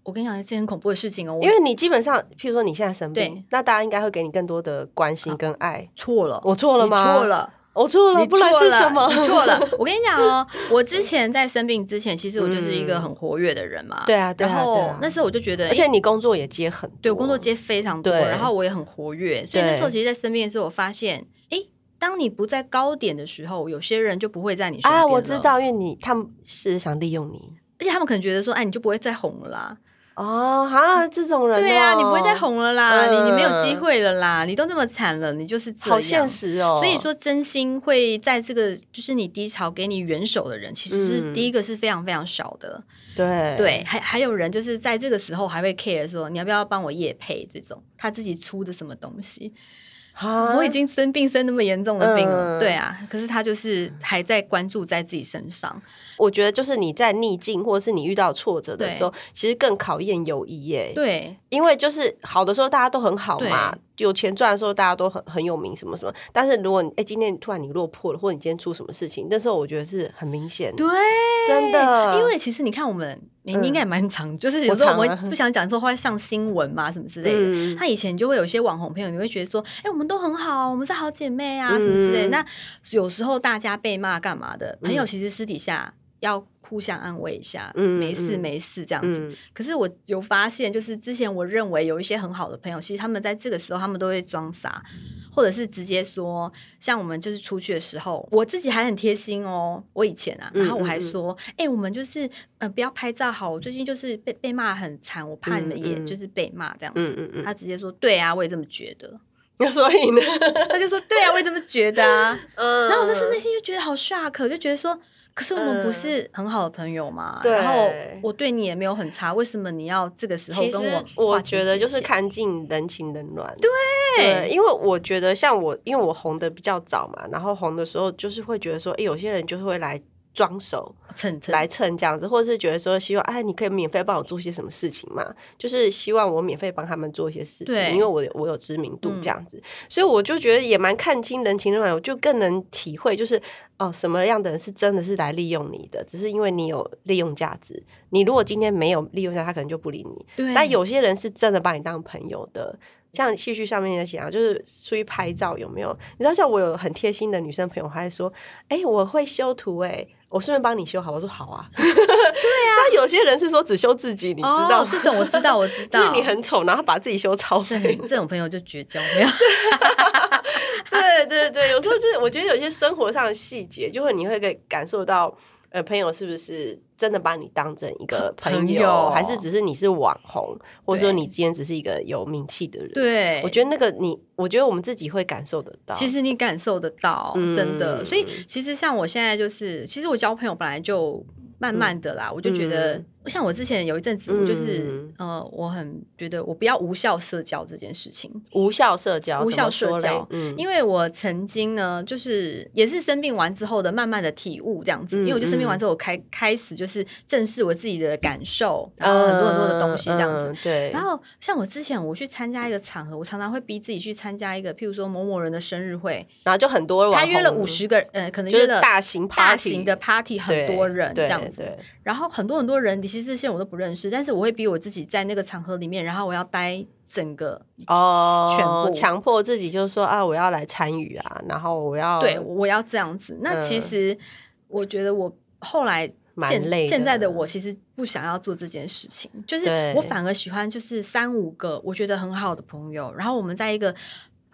Speaker 2: 我跟你讲一件很恐怖的事情哦，我
Speaker 1: 因为你基本上，譬如说你现在生
Speaker 2: 对
Speaker 1: 病，那大家应该会给你更多的关心跟爱。
Speaker 2: 错了，
Speaker 1: 我错了吗？
Speaker 2: 你错，了，
Speaker 1: 我错了，
Speaker 2: 你
Speaker 1: 不然
Speaker 2: 错
Speaker 1: 是
Speaker 2: 了
Speaker 1: 什么？
Speaker 2: 你错了。我跟你讲哦，我之前在生病之前，其实我就是一个
Speaker 1: 嗯
Speaker 2: 很活跃的人嘛。
Speaker 1: 对啊，对
Speaker 2: 然
Speaker 1: 啊，对
Speaker 2: 后
Speaker 1: 啊。
Speaker 2: 那时候我就觉得，
Speaker 1: 而且你工作也接很多，
Speaker 2: 对我工作接非常多，
Speaker 1: 对
Speaker 2: 然后我也很活跃，所以那时候其实，在生病的时候，我发现，诶，当你不在高点的时候，有些人就不会在你身边
Speaker 1: 啊，
Speaker 2: 了
Speaker 1: 我知，道，因为你他们是想利用你，
Speaker 2: 而且他们可能觉得说，哎，你就不会再红了啦。
Speaker 1: 哦，哈，这种人、哦，
Speaker 2: 对呀、你不会再
Speaker 1: 红，
Speaker 2: 红了啦，你你没有机
Speaker 1: 嗯
Speaker 2: 会了啦，你都那么惨了，你就是这样。
Speaker 1: 好现实哦。
Speaker 2: 所以，说，真心会在这个就是你低潮给你援手的人，其实是、
Speaker 1: 嗯
Speaker 2: 第一个是非常非常少的。
Speaker 1: 对
Speaker 2: 对，，还还有人就是在这个时候还会 care 说你要不要帮我夜配这种他自己出的什么东西。
Speaker 1: 哈
Speaker 2: 我已经生病生那么严重的病了，
Speaker 1: 啊嗯
Speaker 2: 对啊，可是他就是还在关注在自己身上。
Speaker 1: 我觉得就是你在逆境或者是你遇到挫折的时候，其实更考验友谊耶。
Speaker 2: 对
Speaker 1: 因为就是好的时候大家都很好嘛，有钱赚的时候大家都很很有名什么什么。但是如果你哎、今天突然你落魄了，或者你今天出什么事情，那时候我觉得是很明显，
Speaker 2: 对，
Speaker 1: 真的，
Speaker 2: 因为其实你看我们，你
Speaker 1: 嗯
Speaker 2: 你应该也蛮常，就是
Speaker 1: 我
Speaker 2: 有时候我
Speaker 1: 常啊
Speaker 2: 们不想讲错话会上新闻嘛，什么之类的。
Speaker 1: 嗯
Speaker 2: 他以前就会有一些网红朋友，你会觉得说，哎、我们都很好啊，我们是好姐妹啊，什么之类的
Speaker 1: 嗯
Speaker 2: 那有时候大家被骂干嘛的，朋友其实私底下要互相安慰一下，
Speaker 1: 嗯
Speaker 2: 没事
Speaker 1: 嗯
Speaker 2: 没事这样子。
Speaker 1: 嗯
Speaker 2: 可是我有发现，就是之前我认为有一些很好的朋友，其实他们在这个时候他们都会装傻，或者是直接说，像我们就是出去的时候，我自己还很贴心哦。我以前啊，
Speaker 1: 嗯
Speaker 2: 然后我还说，哎、我们就是呃不要拍照好，我最近就是被被骂很惨，我怕你们
Speaker 1: 嗯
Speaker 2: 也
Speaker 1: 嗯
Speaker 2: 就是被骂这样子。
Speaker 1: 嗯嗯嗯
Speaker 2: 他直接说，对啊，我也这么觉得。
Speaker 1: 嗯， 所以呢，
Speaker 2: 他就说，对啊，我也这么觉得啊。
Speaker 1: 嗯
Speaker 2: 然后我那时候内心就觉得好 shock，就觉得说，可是我们不是很好的朋友嘛，
Speaker 1: 对
Speaker 2: 然后我对你也没有很差，为什么你要这个时候
Speaker 1: 嗯其
Speaker 2: 跟
Speaker 1: 实
Speaker 2: 我
Speaker 1: 我
Speaker 2: 划清
Speaker 1: 觉得
Speaker 2: 界
Speaker 1: 就是
Speaker 2: 限
Speaker 1: 看尽人情冷暖，对因为我觉得像我，因为我红的比较早嘛，然后红的时候就是会觉得说，哎、有些人就是会来装熟
Speaker 2: 蹭蹭
Speaker 1: 来蹭这样子，或者是觉得说希望，哎，你可以免费帮我做些什么事情嘛，就是希望我免费帮他们做一些事情
Speaker 2: 对，
Speaker 1: 因为我有我有知名度
Speaker 2: 嗯
Speaker 1: 这样子，所以我就觉得也蛮看清人情冷暖，我就更能体会就是哦，什么样的人是真的是来利用你的，只是因为你有利用价值，你如果今天没有利用价值，他可能就不理你，
Speaker 2: 对，
Speaker 1: 但有些人是真的把你当朋友的，像戏剧上面也写啊，就是出去拍照有没有？你知道，像我有很贴心的女生朋友，她还说：“哎、我会修图、哎，我顺便帮你修好。”我说：“好啊。” 对啊。但有些人是说只修自己，你知道、
Speaker 2: 哦、这种我知道，，我知
Speaker 1: 就
Speaker 2: 道，
Speaker 1: 是你很丑，然后把自己修超
Speaker 2: 这
Speaker 1: 肥。
Speaker 2: 很这种朋友就绝交，没有
Speaker 1: 对对对，有时候就是我觉得有些生活上的细节，就会你会给感受到。呃，朋友是不是真的把你当成一个朋友，
Speaker 2: 朋友
Speaker 1: 还是只是你是网红，或者说
Speaker 2: 对
Speaker 1: 你今天只是一个有名气的人？
Speaker 2: 对，
Speaker 1: 我觉得那个你，我觉得我们自己会感受得到。
Speaker 2: 其实你感受得到，
Speaker 1: 嗯
Speaker 2: 真的。所以其实像我现在就是，其实我交朋友本来就慢慢的啦，我就觉得
Speaker 1: 嗯，
Speaker 2: 像我之前有一阵子，我就是、
Speaker 1: 嗯
Speaker 2: 呃，我很觉得我不要无效社交这件事情，
Speaker 1: 无效社交，
Speaker 2: 无
Speaker 1: 怎
Speaker 2: 效
Speaker 1: 么说
Speaker 2: 社交
Speaker 1: 嘞嗯，
Speaker 2: 因为我曾经呢，就是也是生病完之后的慢慢的体悟这样子，
Speaker 1: 嗯
Speaker 2: 因为我就生病完之后，我开开始就是正视我自己的感受，然后很多很多的东西这样子。
Speaker 1: 嗯，嗯对，
Speaker 2: 然后像我之前我去参加一个场合，我常常会逼自己去参加一个，譬如说某某人的生日会，
Speaker 1: 然后就很多网红
Speaker 2: 他约了五，十个人，呃，可能
Speaker 1: 就
Speaker 2: 约
Speaker 1: 是
Speaker 2: 了
Speaker 1: 大型 party,
Speaker 2: 大型的 party 很多人这
Speaker 1: 对
Speaker 2: 样子，
Speaker 1: 对
Speaker 2: 然后很多很多人，其实这些人我都不认识，但是我会逼我自己在那个场合里面，然后我要待整个
Speaker 1: 哦，
Speaker 2: 全部
Speaker 1: 强迫自己就是说啊，我要来参与啊，然后我要
Speaker 2: 对，我要这样子。那其
Speaker 1: 嗯
Speaker 2: 实我觉得我后来
Speaker 1: 蛮
Speaker 2: 现
Speaker 1: 累的
Speaker 2: 现在的我其实不想要做这件事情，就是
Speaker 1: 对
Speaker 2: 我反而喜欢就是三五个我觉得很好的朋友，然后我们在一个。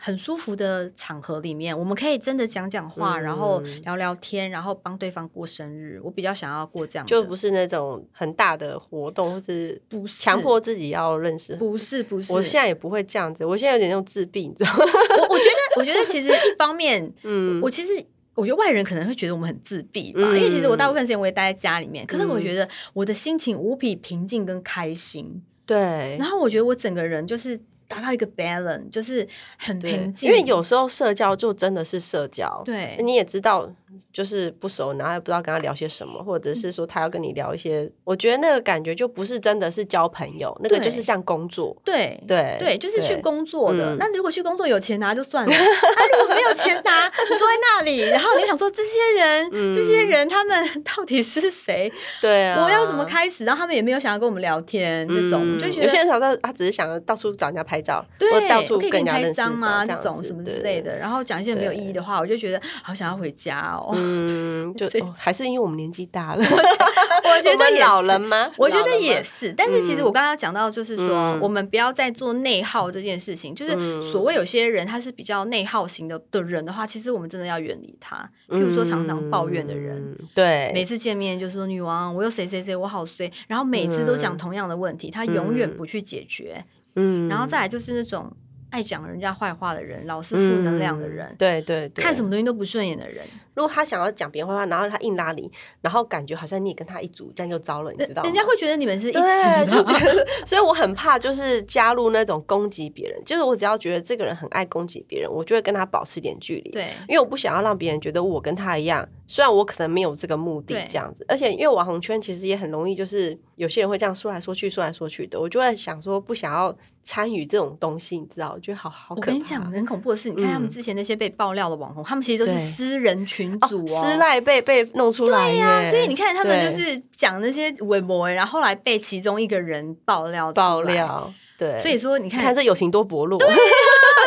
Speaker 2: 很舒服的场合里面，我们可以真的讲讲话，然后
Speaker 1: 嗯
Speaker 2: 聊聊天，然后帮对方过生日。我比较想要过这样的，
Speaker 1: 就不是那种很大的活动，或是
Speaker 2: 不是
Speaker 1: 强迫自己要认识。
Speaker 2: 不是不是。
Speaker 1: 我现在也不会这样子，我现在有点那种自闭，你知道吗？
Speaker 2: 我我觉得我觉得其实一方面，
Speaker 1: 嗯，
Speaker 2: 我其实我觉得外人可能会觉得我们很自闭吧，
Speaker 1: 嗯
Speaker 2: 因为其实我大部分时间我也待在家里面，可是我
Speaker 1: 嗯
Speaker 2: 觉得我的心情无比平静跟开心，
Speaker 1: 对
Speaker 2: 然，后我觉得我整个人就是达到一个 balance，就是很
Speaker 1: 对
Speaker 2: 平静，
Speaker 1: 因为有时候社交就真的是社交，
Speaker 2: 对
Speaker 1: 你也知道，就是不熟，然后也不知道跟他聊些什么，或者是说他要跟你聊一些，我觉得那个感觉就不是真的是交朋友，那个
Speaker 2: 对
Speaker 1: 就是像工作。
Speaker 2: 对
Speaker 1: 对
Speaker 2: 对，就是去工作的。
Speaker 1: 嗯
Speaker 2: 那如果去工作有钱拿就算了，他如果没有钱拿，你坐在那里，然后你就想说这些人，
Speaker 1: 嗯
Speaker 2: 这些人他们 到底是谁？
Speaker 1: 对啊，
Speaker 2: 我要怎么开始？然后他们也没有想要跟我们聊天，这种
Speaker 1: 嗯
Speaker 2: 我就觉
Speaker 1: 有
Speaker 2: 得
Speaker 1: 些人想到他只是想要到处找人家拍照，
Speaker 2: 对，
Speaker 1: 或者到处
Speaker 2: 我可以
Speaker 1: 跟
Speaker 2: 给
Speaker 1: 人
Speaker 2: 你
Speaker 1: 家
Speaker 2: 拍
Speaker 1: 认识
Speaker 2: 张啊，这
Speaker 1: 样
Speaker 2: 种
Speaker 1: 子
Speaker 2: 什么之类。的，然后讲一些没有意义的话，我就觉得好想要回家哦。
Speaker 1: 嗯，就、
Speaker 2: 这
Speaker 1: 哦还是因为我们年纪大 了，
Speaker 2: 我觉
Speaker 1: 我们
Speaker 2: 得也
Speaker 1: 老
Speaker 2: 是
Speaker 1: 了吗？
Speaker 2: 我觉
Speaker 1: 老
Speaker 2: 得
Speaker 1: 了
Speaker 2: 也
Speaker 1: 吗
Speaker 2: 是，但是其实
Speaker 1: 嗯
Speaker 2: 我刚刚讲到，就是说、
Speaker 1: 嗯
Speaker 2: 我们不要再做内耗这件事情。就是所谓有些人他是比较内耗型的的人的话，其实我们真的要远离他。譬如说常常抱怨的人，
Speaker 1: 嗯对，
Speaker 2: 每次见面就说女王，我又谁谁谁，我好衰，然后每次都讲同样的问题，他永远不去解决。
Speaker 1: 嗯
Speaker 2: 然后再来就是那种爱讲人家坏话的人，老是负能量的人
Speaker 1: 嗯，对对对，
Speaker 2: 看什么？东西都不顺眼的人，
Speaker 1: 如果他想要讲别人坏话，然后他硬拉你，然后感觉好像你也跟他一组，这样就糟了，你知道吗？
Speaker 2: 人家会觉得你们是一起
Speaker 1: 对，
Speaker 2: 的，
Speaker 1: 就 觉得，所以我很怕就是加入那种攻击别人，就是我只要觉得这个人很爱攻击别人，我就会跟他保持一点距离。。
Speaker 2: 对。
Speaker 1: 因为我不想要让别人觉得我跟他一样，虽然我可能没有这个目的
Speaker 2: 对
Speaker 1: 这样子，而且因为网红圈其实也很容易，就是有些人会这样说来说去、说来说去的，我就会想说不想要参与这种东西，你知道，我觉得好好
Speaker 2: 我
Speaker 1: 可怕。哦
Speaker 2: 跟你讲，很恐怖的是，你看他
Speaker 1: 嗯
Speaker 2: 们之前那些被爆料的网红，他们其实都是
Speaker 1: 对
Speaker 2: 私人群
Speaker 1: 哦，
Speaker 2: 组哦，
Speaker 1: 私赖被被弄出来耶，
Speaker 2: 啊所以你看他们就
Speaker 1: 对
Speaker 2: 是讲那些微博，然后后来被其中一个人爆料出来
Speaker 1: 爆。料，对，
Speaker 2: 所以说，你
Speaker 1: 你
Speaker 2: 看，
Speaker 1: 看这友情多薄弱，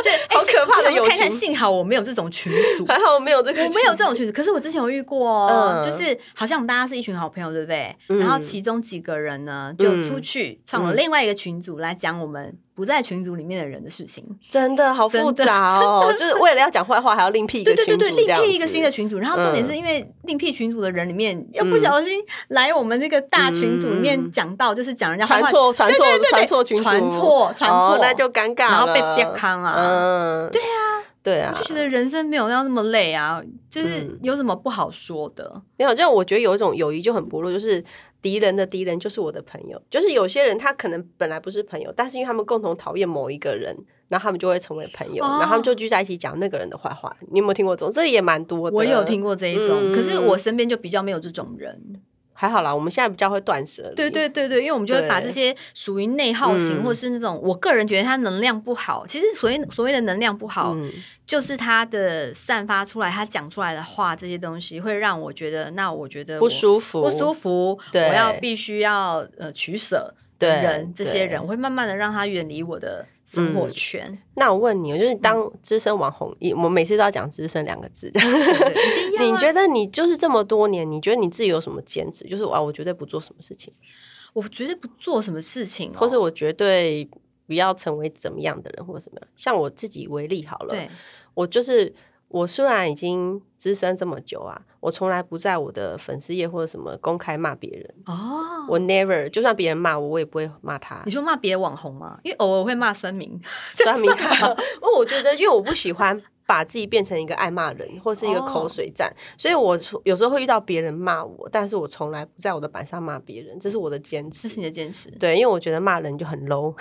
Speaker 2: 就哎
Speaker 1: 好可怕的
Speaker 2: 幸
Speaker 1: 友
Speaker 2: 我看看，
Speaker 1: 情，
Speaker 2: 幸好我没有这种群组
Speaker 1: 还好我没有这个，
Speaker 2: 我没有这种群组。可是我之前有遇过哦，
Speaker 1: 嗯
Speaker 2: 就是好像我们大家是一群好朋友，对不对？
Speaker 1: 嗯
Speaker 2: 然后其中几个人呢，就出去创了
Speaker 1: 嗯
Speaker 2: 另外一个群组来讲我们不在群组里面的人的事情。
Speaker 1: 真的好复杂哦， 就是为了要讲坏话，还要另辟一
Speaker 2: 对
Speaker 1: 个
Speaker 2: 对
Speaker 1: 群
Speaker 2: 对
Speaker 1: 组
Speaker 2: 对，
Speaker 1: 这
Speaker 2: 另
Speaker 1: 样
Speaker 2: 辟一个
Speaker 1: 子
Speaker 2: 新的群组，然后重点
Speaker 1: 嗯
Speaker 2: 是因为另辟群组的人里面，又不小心来我们这个大群组里面
Speaker 1: 嗯
Speaker 2: 讲到，就是讲人家坏
Speaker 1: 传
Speaker 2: 话，
Speaker 1: 错传错
Speaker 2: 对对对对
Speaker 1: 传错群组，
Speaker 2: 传错传错
Speaker 1: 哦，那就尴尬了，
Speaker 2: 然后被别康啊，
Speaker 1: 嗯，对啊，对
Speaker 2: 我
Speaker 1: 啊
Speaker 2: 就，觉得人生没有要那么累啊，就是
Speaker 1: 嗯
Speaker 2: 有什么不好说的？
Speaker 1: 没有，就我觉得有一种友谊就很薄弱，就是敌人的敌人就是我的朋友，就是有些人他可能本来不是朋友，但是因为他们共同讨厌某一个人。然后他们就会成为朋友，
Speaker 2: 哦
Speaker 1: 然后他们就聚在一起讲那个人的坏话。你有没有听过这种？这也蛮多的。
Speaker 2: 我有听，过这一种，
Speaker 1: 嗯
Speaker 2: 可是我身边就比较没有这种人。
Speaker 1: 还好啦，我们现在比较会断舍离。
Speaker 2: 对对对对，因为我们就会把
Speaker 1: 对
Speaker 2: 这些属于内耗型，
Speaker 1: 嗯
Speaker 2: 或是那种我个人觉得他能量不好，其实所谓所谓的能量不好，
Speaker 1: 嗯，
Speaker 2: 就是他的散发出来，他讲出来的话，这些东西会让我觉得，那我觉得
Speaker 1: 不
Speaker 2: 我
Speaker 1: 舒服，
Speaker 2: 不舒
Speaker 1: 服。
Speaker 2: 服，我
Speaker 1: 对
Speaker 2: 要必须要呃取舍
Speaker 1: 对，
Speaker 2: 的人，这些
Speaker 1: 对嗯
Speaker 2: 人我会慢慢的让他远离我的生 活圈，
Speaker 1: 那我问你哦，就是当资深网红，一我们每次都要讲“资深”两个字。
Speaker 2: 对一定要啊
Speaker 1: 你觉得你就是这么多年，你觉得你自己有什么坚持？就是啊，我绝对不做什么事情，
Speaker 2: 我绝对不做什么事情、哦，
Speaker 1: 或是我绝对不要成为怎么样的人，或者什么样。像我自己为例好了，
Speaker 2: 对
Speaker 1: 我就是我虽然已经资深这么久啊，我从来不在我的粉丝页或者什么公开骂别人，
Speaker 2: 哦。
Speaker 1: 我 never，就算别人骂我，我也不会骂他
Speaker 2: 你。说骂别的网红吗？因为偶尔会骂酸民，
Speaker 1: 算命卡， 因为我觉得，因为我不喜欢把自己变成一个爱骂人或是一个
Speaker 2: 哦
Speaker 1: 口水战，所以我从有时候会遇到别人骂我，但是我从来不在我的板上骂别人，这是我的坚持
Speaker 2: 这是。你的 坚持。
Speaker 1: 对，因为我觉得骂人就很 low，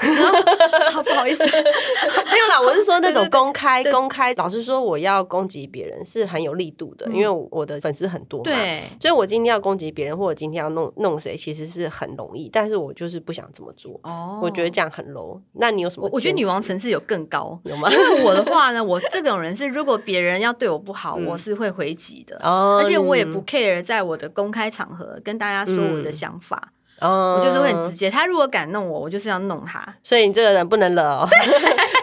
Speaker 2: 好不好意思，
Speaker 1: 没有啦，我是说那种
Speaker 2: 对对对
Speaker 1: 公开
Speaker 2: 对
Speaker 1: 公开，老实说，我要攻击别人是很有力度的，
Speaker 2: 嗯
Speaker 1: 因为我的粉丝很多嘛，
Speaker 2: 对，
Speaker 1: 所以我今天要攻击别人或者今天要弄弄谁，其实是很容易，但是我就是不想这么做，
Speaker 2: 哦，
Speaker 1: 我觉得这样很 low。那你有什么坚
Speaker 2: 我
Speaker 1: 持？
Speaker 2: 我觉得女王层次有更高，
Speaker 1: 有吗？
Speaker 2: 因为我的话呢，我这种人是，如果别人要对我不好，
Speaker 1: 嗯
Speaker 2: 我是会回击的。
Speaker 1: 哦
Speaker 2: 而且我也不，care，在我的公开场合跟大家说我
Speaker 1: 嗯
Speaker 2: 的想法，
Speaker 1: 我
Speaker 2: 我就是会很直
Speaker 1: 嗯
Speaker 2: 接。他如果敢弄我，我就是要弄他。
Speaker 1: 所以你这个人不能惹哦，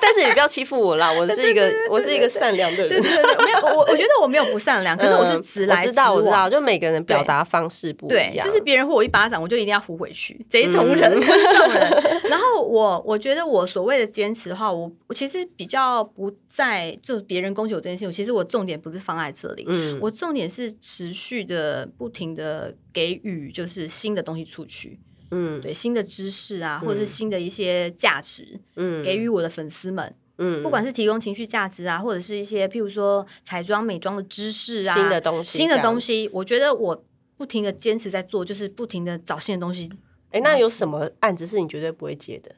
Speaker 1: 但是你不要欺负我啦，我是一个我是一个善良的
Speaker 2: 对
Speaker 1: 人。
Speaker 2: 对对， 对没有我，我觉得我没有不善良，可是我是
Speaker 1: 嗯
Speaker 2: 直来
Speaker 1: 我
Speaker 2: 直
Speaker 1: 知道我知道，
Speaker 2: 往。
Speaker 1: 就每个人的表达方式不一
Speaker 2: 对，
Speaker 1: 样，嗯
Speaker 2: 就是别人呼我一巴掌，我就一定要呼回去，这一种人，我是 这种人。然后我，我觉得我所谓的坚持的话，我我其实比较不在就是别人攻击我这件事情，其实我重点不是放在这里，
Speaker 1: 嗯
Speaker 2: 我重点是持续的、不停的给予，就是新的东西出去，
Speaker 1: 嗯
Speaker 2: 对新的知识啊，或者是
Speaker 1: 嗯
Speaker 2: 新的一些价值，
Speaker 1: 嗯
Speaker 2: 给予我的粉丝们，
Speaker 1: 嗯
Speaker 2: 不管是提供情绪价值啊，或者是一些譬如说彩妆、美妆的知识啊，
Speaker 1: 新的东西，
Speaker 2: 新的东
Speaker 1: 西。
Speaker 2: 西，我觉得我不停的坚持在做，就是不停的找新的东西。
Speaker 1: 哎，那有什么案子是你绝对不会接的，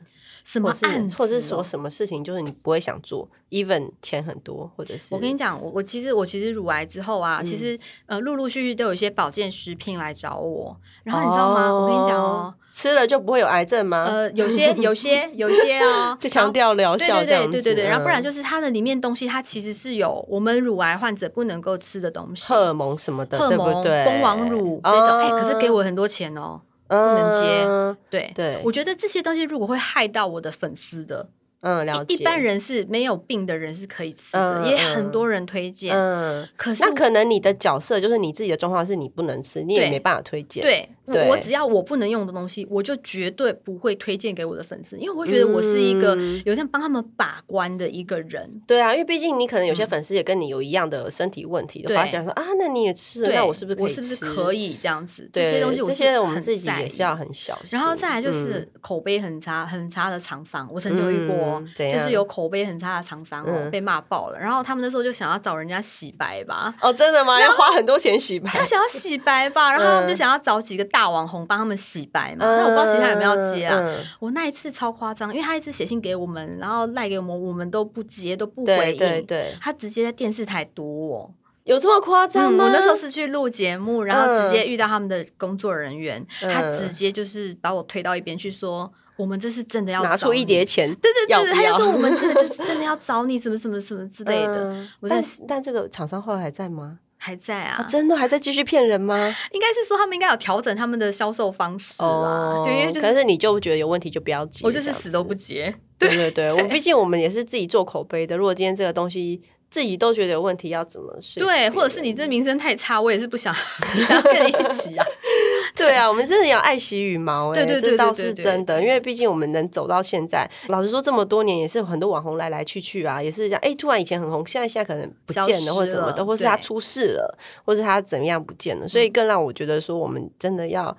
Speaker 2: 什么
Speaker 1: 或是
Speaker 2: 案子、哦
Speaker 1: 或者是说。什么事情就是你不会想做，even 钱很多，或者是
Speaker 2: 我跟你讲，我我其实我其实乳癌之后啊，
Speaker 1: 嗯
Speaker 2: 其实呃陆陆续续都有一些保健食品来找我，然后你知道吗？我跟你讲哦，，
Speaker 1: 吃了就不会有癌症吗？，
Speaker 2: 呃，有些有些有些哦
Speaker 1: 啊 就强调疗
Speaker 2: 对
Speaker 1: 效
Speaker 2: 对
Speaker 1: 这样
Speaker 2: 对
Speaker 1: 子，
Speaker 2: 对对对，然后不
Speaker 1: 嗯
Speaker 2: 然就是它的里面东西，它其实是有我们乳癌患者不能够吃的东西，
Speaker 1: 荷尔蒙什么的，
Speaker 2: 荷
Speaker 1: 对
Speaker 2: 尔
Speaker 1: 不
Speaker 2: 蒙、
Speaker 1: 对
Speaker 2: 蜂王乳这种，哎，可是给
Speaker 1: 我。
Speaker 2: 我很多钱哦。
Speaker 1: 不
Speaker 2: 能接
Speaker 1: 嗯、
Speaker 2: 对
Speaker 1: 对
Speaker 2: 我觉得这些东西如果会害到我的粉丝的，
Speaker 1: 嗯，了解。
Speaker 2: 一般，人是没有病的人是可以吃的，
Speaker 1: 嗯
Speaker 2: 也
Speaker 1: 嗯
Speaker 2: 很多人推荐。
Speaker 1: 嗯，
Speaker 2: 可是
Speaker 1: 那可能你的角色就是你自己的状况是你不能吃，你也
Speaker 2: 对
Speaker 1: 没办法推荐。，
Speaker 2: 对我
Speaker 1: 对
Speaker 2: 我只要我不能用的东西，我就绝对不会推荐给我的粉丝，因为我会觉得我是一个
Speaker 1: 嗯
Speaker 2: 有点帮他们把关的一个人。
Speaker 1: 对啊，因为毕竟你可能有些
Speaker 2: 嗯
Speaker 1: 粉丝也跟你有一样的身体问题的话，
Speaker 2: 对
Speaker 1: 想说啊，那你也吃了，
Speaker 2: 对，
Speaker 1: 那我是不是可以
Speaker 2: 我
Speaker 1: 吃？
Speaker 2: 是不是可以这样子？这
Speaker 1: 对？
Speaker 2: 些东西我
Speaker 1: 这
Speaker 2: 是
Speaker 1: 些我们
Speaker 2: 很
Speaker 1: 自己
Speaker 2: 在
Speaker 1: 也
Speaker 2: 意
Speaker 1: 是要很小心。
Speaker 2: 然后再来就
Speaker 1: 嗯
Speaker 2: 是口碑很差、很差的厂商，我曾经有遇过哦，
Speaker 1: 嗯怎
Speaker 2: 就
Speaker 1: 样
Speaker 2: 是有口碑很差的厂商哦，
Speaker 1: 嗯
Speaker 2: 被骂爆了。然后他们那时候就想要找人家洗白 吧，
Speaker 1: 哦，真的吗？要花很多钱洗白？
Speaker 2: 他想要洗白吧，然后他们
Speaker 1: 嗯
Speaker 2: 就想要找几个大网红帮他们洗白嘛。那我不知道其他有没有要接啊。
Speaker 1: 嗯
Speaker 2: 我那一次超夸张，因为他一次写信给我们，然后赖给我们，我们都不接，都不回
Speaker 1: 对
Speaker 2: 应。
Speaker 1: 对对，
Speaker 2: 他直接在电视台堵我，
Speaker 1: 有这么夸张
Speaker 2: 嗯，
Speaker 1: 吗？
Speaker 2: 我那时候是去录节目，然后
Speaker 1: 嗯
Speaker 2: 直接遇到他们的工作人员，他
Speaker 1: 嗯
Speaker 2: 直接就是把我推到一边去说，我们这是真的要
Speaker 1: 拿
Speaker 2: 找
Speaker 1: 出一
Speaker 2: 你
Speaker 1: 叠，钱，
Speaker 2: 对对
Speaker 1: 要
Speaker 2: 对，
Speaker 1: 不
Speaker 2: 他
Speaker 1: 要
Speaker 2: 就说 我们真的就是真的要找你，什么什么什么之类的，
Speaker 1: 嗯
Speaker 2: 我在
Speaker 1: 但是但这个厂商后来还在吗？
Speaker 2: 还在啊
Speaker 1: 啊，，真的还在继续骗人 吗？
Speaker 2: 应该是说他们应该有调整他们的销售方式啦，对，因为就
Speaker 1: 哦可
Speaker 2: 是
Speaker 1: 是你就觉得有问题就不要接，
Speaker 2: 我就是
Speaker 1: 这样
Speaker 2: 死都
Speaker 1: 子
Speaker 2: 不接，
Speaker 1: 对对对，我毕竟我们也是自己做口碑的。如果今天这个东西自己都觉得有问题，要怎么说？
Speaker 2: 对，或者是你这名声太差，我也是不想不想跟你一起啊，
Speaker 1: 对啊，我们真的要爱惜羽毛、欸，
Speaker 2: 对对对
Speaker 1: 这倒
Speaker 2: 对对
Speaker 1: 是
Speaker 2: 对
Speaker 1: 真的。因为毕竟我们能走到现在，老实说这么多年也是很多网红来来去去啊，也是这样。哎、突然以前很红，现在现在可能不
Speaker 2: 消
Speaker 1: 见了，或者
Speaker 2: 失
Speaker 1: 怎么的，
Speaker 2: 了
Speaker 1: 或是他
Speaker 2: 啊对嗯
Speaker 1: 出事了，或是他怎么样不见了，所以更让我觉得说，我们真的要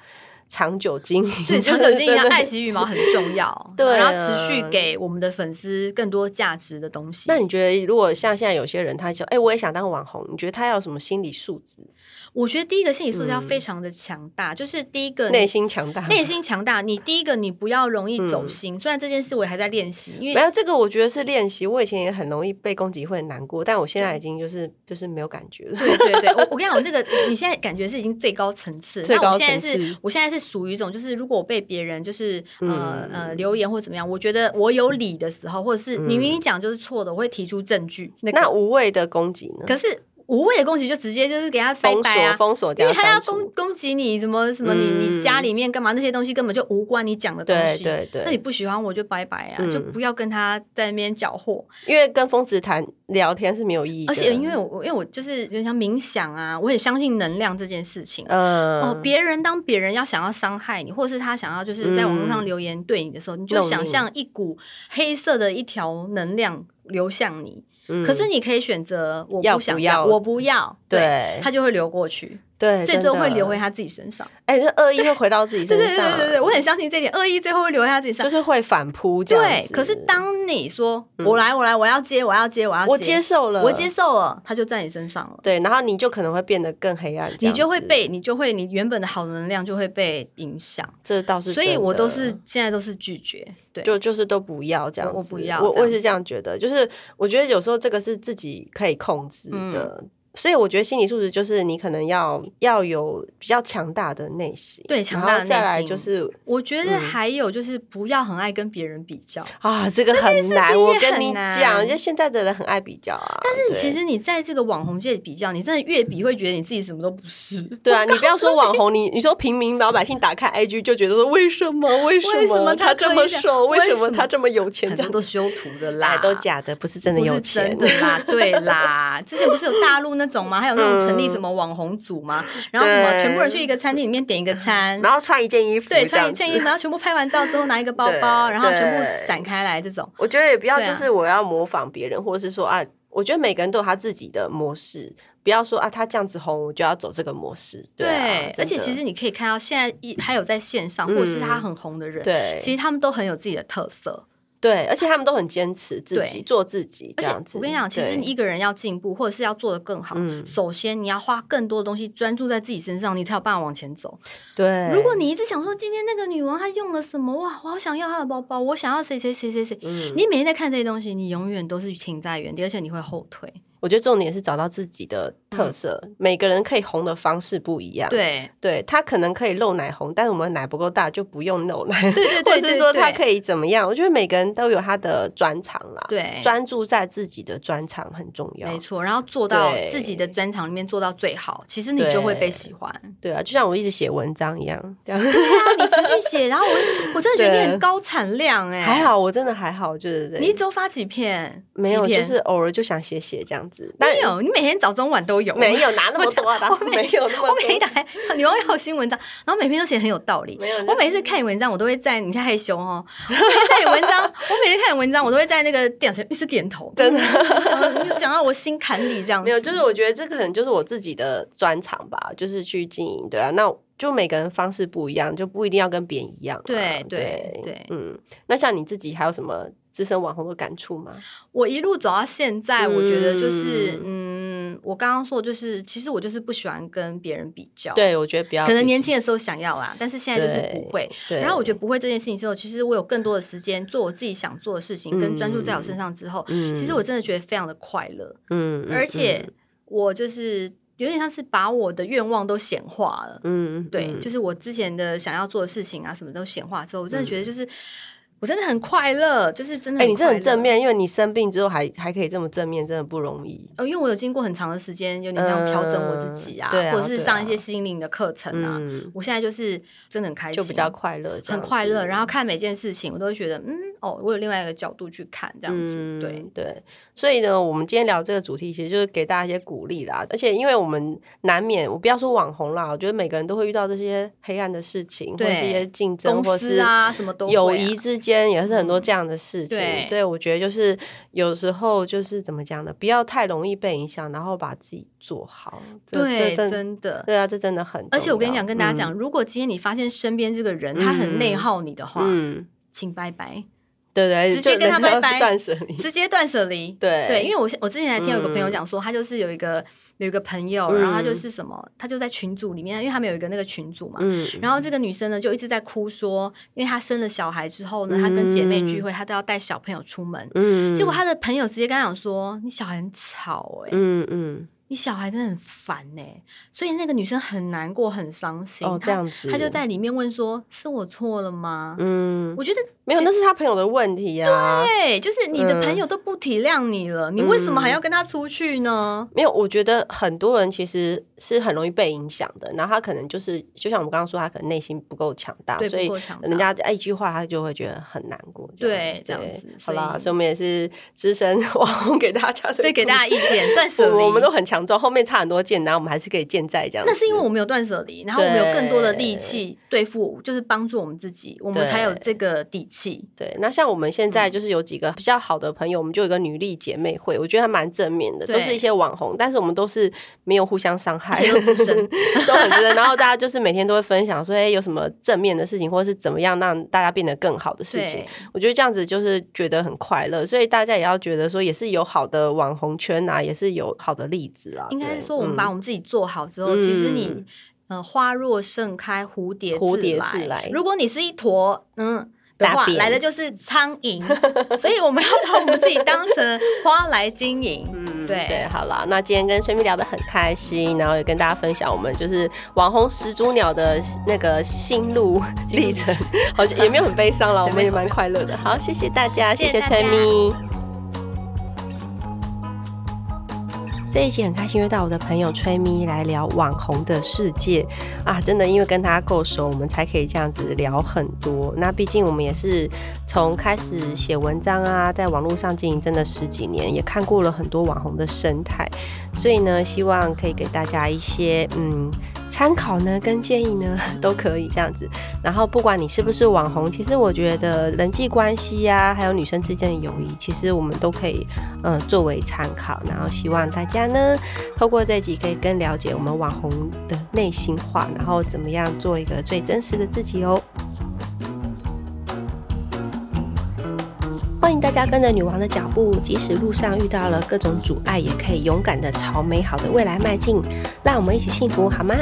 Speaker 1: 长久经营，
Speaker 2: 对，
Speaker 1: 真
Speaker 2: 长
Speaker 1: 的
Speaker 2: 久经营
Speaker 1: 真的
Speaker 2: 爱惜羽毛很重要，
Speaker 1: 对啊
Speaker 2: 然后持续给我们的粉丝更多价值的东西。
Speaker 1: 那你觉得，如果像现在有些人，他说：“哎、我也想当网红。”你觉得他要有什么心理素质？
Speaker 2: 我觉得第一个心理素质要
Speaker 1: 嗯
Speaker 2: 非常的强大，就是第一个
Speaker 1: 内
Speaker 2: 你
Speaker 1: 心强大吗。
Speaker 2: 内心强大。你第一个你不要容易走
Speaker 1: 嗯
Speaker 2: 心，虽然这件事我还在练习，因
Speaker 1: 没
Speaker 2: 为
Speaker 1: 有这个，我觉得是练习。我以前也很容易被攻击，会很难过，但我现在已经就是就是没有感觉了。
Speaker 2: 对对对，我我跟你讲，我这个你现在感觉是已经最高层次，
Speaker 1: 最高层次
Speaker 2: 那我现在是，我现在是属于一种，就是如果我被别人就是呃
Speaker 1: 嗯
Speaker 2: 呃留言或怎么样，我觉得我有理的时候，或者是
Speaker 1: 嗯
Speaker 2: 明明你讲就是错的，我会提出证据。那
Speaker 1: 那
Speaker 2: 个，
Speaker 1: 无谓的攻击呢？
Speaker 2: 可是无谓的攻击就直接就是给他拜
Speaker 1: 封
Speaker 2: 拜啊
Speaker 1: 锁，。封锁
Speaker 2: 因
Speaker 1: 掉，
Speaker 2: 为他要
Speaker 1: 删除
Speaker 2: 攻攻击你，什么什么你
Speaker 1: 嗯
Speaker 2: 你家里面干嘛那些东西根本就无关你讲的东
Speaker 1: 对
Speaker 2: 西。
Speaker 1: 对
Speaker 2: 那
Speaker 1: 对，
Speaker 2: 你不喜欢我就拜拜啊，
Speaker 1: 嗯
Speaker 2: 就不要跟他在那边搅和。
Speaker 1: 因为跟峰值谈聊天是没有意义的。
Speaker 2: 而且因为我我因为我就是有点像冥想啊，我很相信能量这件事情。
Speaker 1: 嗯、
Speaker 2: 哦，别人当别人要想要伤害你，或者是他想要就是在网络上留言对你的时候，你
Speaker 1: 嗯
Speaker 2: 就
Speaker 1: 弄你
Speaker 2: 想象一股黑色的一条能量流向你。
Speaker 1: 嗯
Speaker 2: 可是你可以选择我
Speaker 1: 要
Speaker 2: 不想
Speaker 1: 不要
Speaker 2: 我不要，
Speaker 1: 对
Speaker 2: 他就会流过去，
Speaker 1: 对，
Speaker 2: 最终
Speaker 1: 真的
Speaker 2: 会流回他自己身上。
Speaker 1: 哎，那恶意会回到自己
Speaker 2: 对
Speaker 1: 身
Speaker 2: 对
Speaker 1: 上。
Speaker 2: 对对对对，我很相信这一点，恶意最后会留在他自己身
Speaker 1: 就
Speaker 2: 上。
Speaker 1: 是会反扑这样
Speaker 2: 对，
Speaker 1: 子。
Speaker 2: 可是当你说
Speaker 1: 嗯
Speaker 2: 我来我来我要接我要接我要
Speaker 1: 我接受了，
Speaker 2: 我接受了，他就在你身上了。
Speaker 1: 对，然后你就可能会变得更黑暗，这
Speaker 2: 你
Speaker 1: 样
Speaker 2: 就会
Speaker 1: 子
Speaker 2: 被，你就会，你原本的好能量就会被影响，
Speaker 1: 这倒是真的，
Speaker 2: 所以我都是现在都是拒绝，对，
Speaker 1: 就就是都不要这样子，
Speaker 2: 我我不要
Speaker 1: 我
Speaker 2: 这样
Speaker 1: 我也是这样觉得，就是我觉得有时候这个是自己可以控制的。
Speaker 2: 嗯
Speaker 1: 所以我觉得心理素质就是你可能要要有比较强大的内心，
Speaker 2: 对强大的
Speaker 1: 然后再
Speaker 2: 内
Speaker 1: 来
Speaker 2: 心
Speaker 1: 就是
Speaker 2: 我觉得
Speaker 1: 嗯
Speaker 2: 还有就是不要很爱跟别人比较，
Speaker 1: 啊，这个很难。
Speaker 2: 情
Speaker 1: 我
Speaker 2: 也
Speaker 1: 跟
Speaker 2: 很
Speaker 1: 你
Speaker 2: 难
Speaker 1: 讲，就现在的人很爱比较啊，但
Speaker 2: 但是你其实你在这个网红界比较，你真的越比会觉得你自己什么都不 是，
Speaker 1: 对啊，你不要说网红，你你说平民老百姓打开 IG 就觉得说为什么为
Speaker 2: 为什么
Speaker 1: 他
Speaker 2: 他
Speaker 1: 这
Speaker 2: 可以
Speaker 1: 么
Speaker 2: 这样
Speaker 1: 瘦，为
Speaker 2: 为
Speaker 1: 什
Speaker 2: 什
Speaker 1: 么他
Speaker 2: 么
Speaker 1: 这么有钱，
Speaker 2: 很
Speaker 1: 这
Speaker 2: 多
Speaker 1: 样
Speaker 2: 都修图的
Speaker 1: 来
Speaker 2: 啦，
Speaker 1: 哎都假的，不是真的
Speaker 2: 不
Speaker 1: 有
Speaker 2: 是
Speaker 1: 钱
Speaker 2: 真。的啦， 对啦，之前不是有大陆那种吗？还有那种成立什么网红组吗？然后什么
Speaker 1: 嗯对
Speaker 2: 全部人去一个餐厅里面点一个餐，
Speaker 1: 然后穿一件衣服，
Speaker 2: 对，
Speaker 1: 这样
Speaker 2: 穿一
Speaker 1: 子
Speaker 2: 件衣服，然后全部拍完照之后拿一个包包，
Speaker 1: 对
Speaker 2: 然后全
Speaker 1: 对
Speaker 2: 部散开来这种。
Speaker 1: 我觉得也不要
Speaker 2: 对啊
Speaker 1: 就是我要模仿别人，或者是说啊，我觉得每个人都有他自己的模式，不要说啊他这样子红，我就要走这个模式。对啊，真的
Speaker 2: 而且其实你可以看到，现在一还有在线上
Speaker 1: 嗯
Speaker 2: 或者是他很红的人，
Speaker 1: 对，
Speaker 2: 其实他们都很有自己的特色。
Speaker 1: 对，而且他们都很坚持自己
Speaker 2: 对
Speaker 1: 做自己
Speaker 2: 而
Speaker 1: 这
Speaker 2: 且
Speaker 1: 样子。
Speaker 2: 我跟你讲，其实
Speaker 1: 对
Speaker 2: 你一个人要进步，或者是要做得更好，
Speaker 1: 嗯
Speaker 2: 首先你要花更多的东西专注在自己身上，你才有办法往前走。
Speaker 1: 对，
Speaker 2: 如果你一直想说今天那个女王她用了什么，哇，我好想要她的包包，我想要谁谁谁谁谁。
Speaker 1: 嗯，
Speaker 2: 你每天在看这些东西，你永远都是停在原地，而且你会后退。
Speaker 1: 我觉得重点是找到自己的特色，每个人可以红的方式不一样。
Speaker 2: 嗯对
Speaker 1: 对，他可能可以露奶红，但是我们奶不够大就不用露奶，
Speaker 2: 对对
Speaker 1: 或
Speaker 2: 对
Speaker 1: 者
Speaker 2: 对，
Speaker 1: 是说他可
Speaker 2: 以
Speaker 1: 以怎么样？我觉得每个人都有他的专长啦，
Speaker 2: 对。
Speaker 1: 专注在自己的专长很重要
Speaker 2: 没。错，然后做到
Speaker 1: 对
Speaker 2: 自己的专场里面做到最好，其实你就会被喜欢。
Speaker 1: 对啊，就像我一直写文章一样，这样
Speaker 2: 对啊，你持续写，然后我我真的觉得你
Speaker 1: 对
Speaker 2: 很高产量哎、
Speaker 1: 还，好，我真的还好，就是对
Speaker 2: 你一周发几篇？
Speaker 1: 没有，
Speaker 2: 几篇
Speaker 1: 就是偶尔就想写写这样子，但
Speaker 2: 没有，你每天早中晚都有。
Speaker 1: 没有拿那么多啦，
Speaker 2: 我每
Speaker 1: 没有那么
Speaker 2: 我每
Speaker 1: 多，
Speaker 2: 一打开 《牛要新文章》，然后每篇都写得很有道理。
Speaker 1: 没有
Speaker 2: 我每次看你文章，我都会在你现在害羞哦。我每次看你文章，我每次看你文章，我都会在那个电脑前一直点头，
Speaker 1: 真的。
Speaker 2: 然后你就讲到我心坎里这样子。
Speaker 1: 没有，就是我觉得这可能就是我自己的专长吧，就是去经营，对啊，那就每个人方式不一样，就不一定要跟别人一样嘛。啊
Speaker 2: 对
Speaker 1: 对
Speaker 2: 对对
Speaker 1: 嗯，那像你自己还有什么资深网红的感触吗？
Speaker 2: 我一路走到现在，我觉得就是
Speaker 1: 嗯
Speaker 2: 嗯，我刚刚说的就是，其实我就是不喜欢跟别人比较。，
Speaker 1: 对，啊我觉得比较
Speaker 2: 可能年轻的时候想要啦，但是现在就是不会。。
Speaker 1: 对，
Speaker 2: 然后我觉
Speaker 1: 得，
Speaker 2: 得不会这件事情之后，其实我有更多的时间做我自己想做的事情，跟专注在我身上之后，
Speaker 1: 嗯
Speaker 2: 其实我真的觉得非常的快乐。
Speaker 1: 嗯，嗯
Speaker 2: 而且我就是有点像是把我的愿望都显化了。
Speaker 1: 嗯，嗯
Speaker 2: 对，
Speaker 1: 嗯
Speaker 2: 就是我之前的想要做的事情啊，什么都显化之后，我真的觉得就是、我真的很快乐，就是真的
Speaker 1: 嗯哎，
Speaker 2: 很快乐。啊
Speaker 1: 你这很正面，因为你生病之后还还可以这么正面，真的不容易。
Speaker 2: 呃，因为我有经过很长的时间，有点像调整我自己啊，
Speaker 1: 嗯对啊
Speaker 2: 或者是上一
Speaker 1: 对
Speaker 2: 些
Speaker 1: 啊
Speaker 2: 心灵的课程啊，
Speaker 1: 嗯，
Speaker 2: 我现在就是真的很开心，
Speaker 1: 就比较快乐这样子，
Speaker 2: 很快乐，然后看每件事情，我都会觉得，嗯，哦，我有另外一个角度去看，这样子，对
Speaker 1: 嗯，对，所以呢，我们今天聊这个主题，其实就是给大家一些鼓励啦。而且，因为我们难免，我不要说网红啦，我觉得每个人都会遇到这些黑暗的事情，或者
Speaker 2: 对
Speaker 1: 是一些竞争，
Speaker 2: 公
Speaker 1: 或
Speaker 2: 司
Speaker 1: 是
Speaker 2: 啊，什么都会啊嗯
Speaker 1: 友谊之间也是很多这样的事情。
Speaker 2: 对
Speaker 1: 对，我觉得就是有时候就是怎么讲呢，不要太容易被影响，然后把自己做好。这
Speaker 2: 对，
Speaker 1: 这真
Speaker 2: 真的。
Speaker 1: 对啊，这真的很重要。
Speaker 2: 而且我跟你讲，跟大家
Speaker 1: 嗯
Speaker 2: 讲，，如果今天你发现身边这个人他很内耗你的话，
Speaker 1: 嗯，
Speaker 2: 请拜拜，
Speaker 1: 对对，
Speaker 2: 直接
Speaker 1: 就
Speaker 2: 跟他
Speaker 1: 人家
Speaker 2: 拜拜
Speaker 1: 断舍离。
Speaker 2: 直接断舍离。
Speaker 1: 对
Speaker 2: 对，因为我我之前还听有一个朋友
Speaker 1: 嗯
Speaker 2: 讲说，他就是有一个有一个朋友，
Speaker 1: 嗯
Speaker 2: 然后他就是什么，他就在群组里面，因为他们有一个那个群组嘛，
Speaker 1: 嗯，
Speaker 2: 然后这个女生呢，就一直在哭说，因为她生了小孩之后呢，她跟姐妹聚会，她都要带小朋友出门。
Speaker 1: 嗯，
Speaker 2: 结果她的朋友直接跟她讲说：“你小孩很吵哎、
Speaker 1: 嗯嗯
Speaker 2: 你小孩真的很烦哎、所以那个女生很难过，很伤心。
Speaker 1: 哦
Speaker 2: 她
Speaker 1: 这样子，
Speaker 2: 她就在里面问说：“是我错了吗？”
Speaker 1: 嗯，
Speaker 2: 我觉得
Speaker 1: 没有，那是他朋友的问题啊。
Speaker 2: 对，就是你的
Speaker 1: 嗯
Speaker 2: 朋友都不体谅你了，你为什么还
Speaker 1: 嗯
Speaker 2: 要跟他出去呢？
Speaker 1: 没有，我觉得很多人其实是很容易被影响的，然后他可能就是，就像我们刚刚说，他可能内心不够强大，
Speaker 2: 对
Speaker 1: 所
Speaker 2: 不
Speaker 1: 以
Speaker 2: 够强大
Speaker 1: 人家一句话他就会觉得很难过。这样
Speaker 2: 对这样子
Speaker 1: 好
Speaker 2: 所以
Speaker 1: 啦，所以我们也是资深 网红给大家的，
Speaker 2: 对，给大家。意 见，断舍离。
Speaker 1: 我我们都很强壮，后面差很多件，然后我们还是可以健在这样子。
Speaker 2: 那是因为我们有断舍离，然后我们有更多的力
Speaker 1: 对
Speaker 2: 气对付，就是帮助我们自己，我们才有这个底气。
Speaker 1: 对，那像我们现
Speaker 2: 嗯
Speaker 1: 在就是有几个比较好的朋友，我们就有一个女力姐妹会，我觉得还蛮正面的，
Speaker 2: 对
Speaker 1: 都是一些网红，但是我们都是没有互相伤 害，
Speaker 2: 而且都资深
Speaker 1: 都很资深。然后大家就是每天都会分享说，哎、有什么正面的事情，或者是怎么样让大家变得更好的事情
Speaker 2: 对。，
Speaker 1: 我觉得这样子就是觉得很快乐，所以大家也要觉得说，也是有好的网红圈啊，也是有好的例子啊。
Speaker 2: 应该
Speaker 1: 对
Speaker 2: 是说我们
Speaker 1: 嗯
Speaker 2: 把我们自己做好之后，
Speaker 1: 嗯
Speaker 2: 其实你。呃，花若盛开，蝴蝶
Speaker 1: 蝴蝶
Speaker 2: 来。
Speaker 1: 自来
Speaker 2: 如果你是一坨，嗯。的
Speaker 1: 大
Speaker 2: 话
Speaker 1: 便
Speaker 2: 来的就是苍蝇， 所以我们要把我们自己当成花来 经营。
Speaker 1: 嗯，
Speaker 2: 对
Speaker 1: 对，好啦，那今天跟崔蜜聊得很开心，然后也跟大家分享我们就是网红始祖鸟的那个心路历程，好像也没有很悲伤啦，我们也蛮快乐的。好，谢谢大家，谢
Speaker 2: 谢
Speaker 1: 谢
Speaker 2: 谢大
Speaker 1: 崔
Speaker 2: 家
Speaker 1: 蜜。这一期很开心约到我的朋友崔咪来聊网红的世界啊，真的因为跟他够熟，我们才可以这样子聊很多。那毕竟我们也是从开始写文章啊，在网络上经营真的十几年，也看过了很多网红的生态，所以呢，希望可以给大家一些嗯参考呢，跟建议呢 都可以这样子。然后不管你是不是网红，其实我觉得人际关系呀、还有女生之间的友谊，其实我们都可以呃作为参考。然后希望大家呢，透过这集可以更了解我们网红的内心话，然后怎么样做一个最真实的自己哦。欢迎大家跟着女王的脚步，即使路上遇到了各种阻碍，也可以勇敢的朝美好的未来迈进。让我们一起幸福好吗？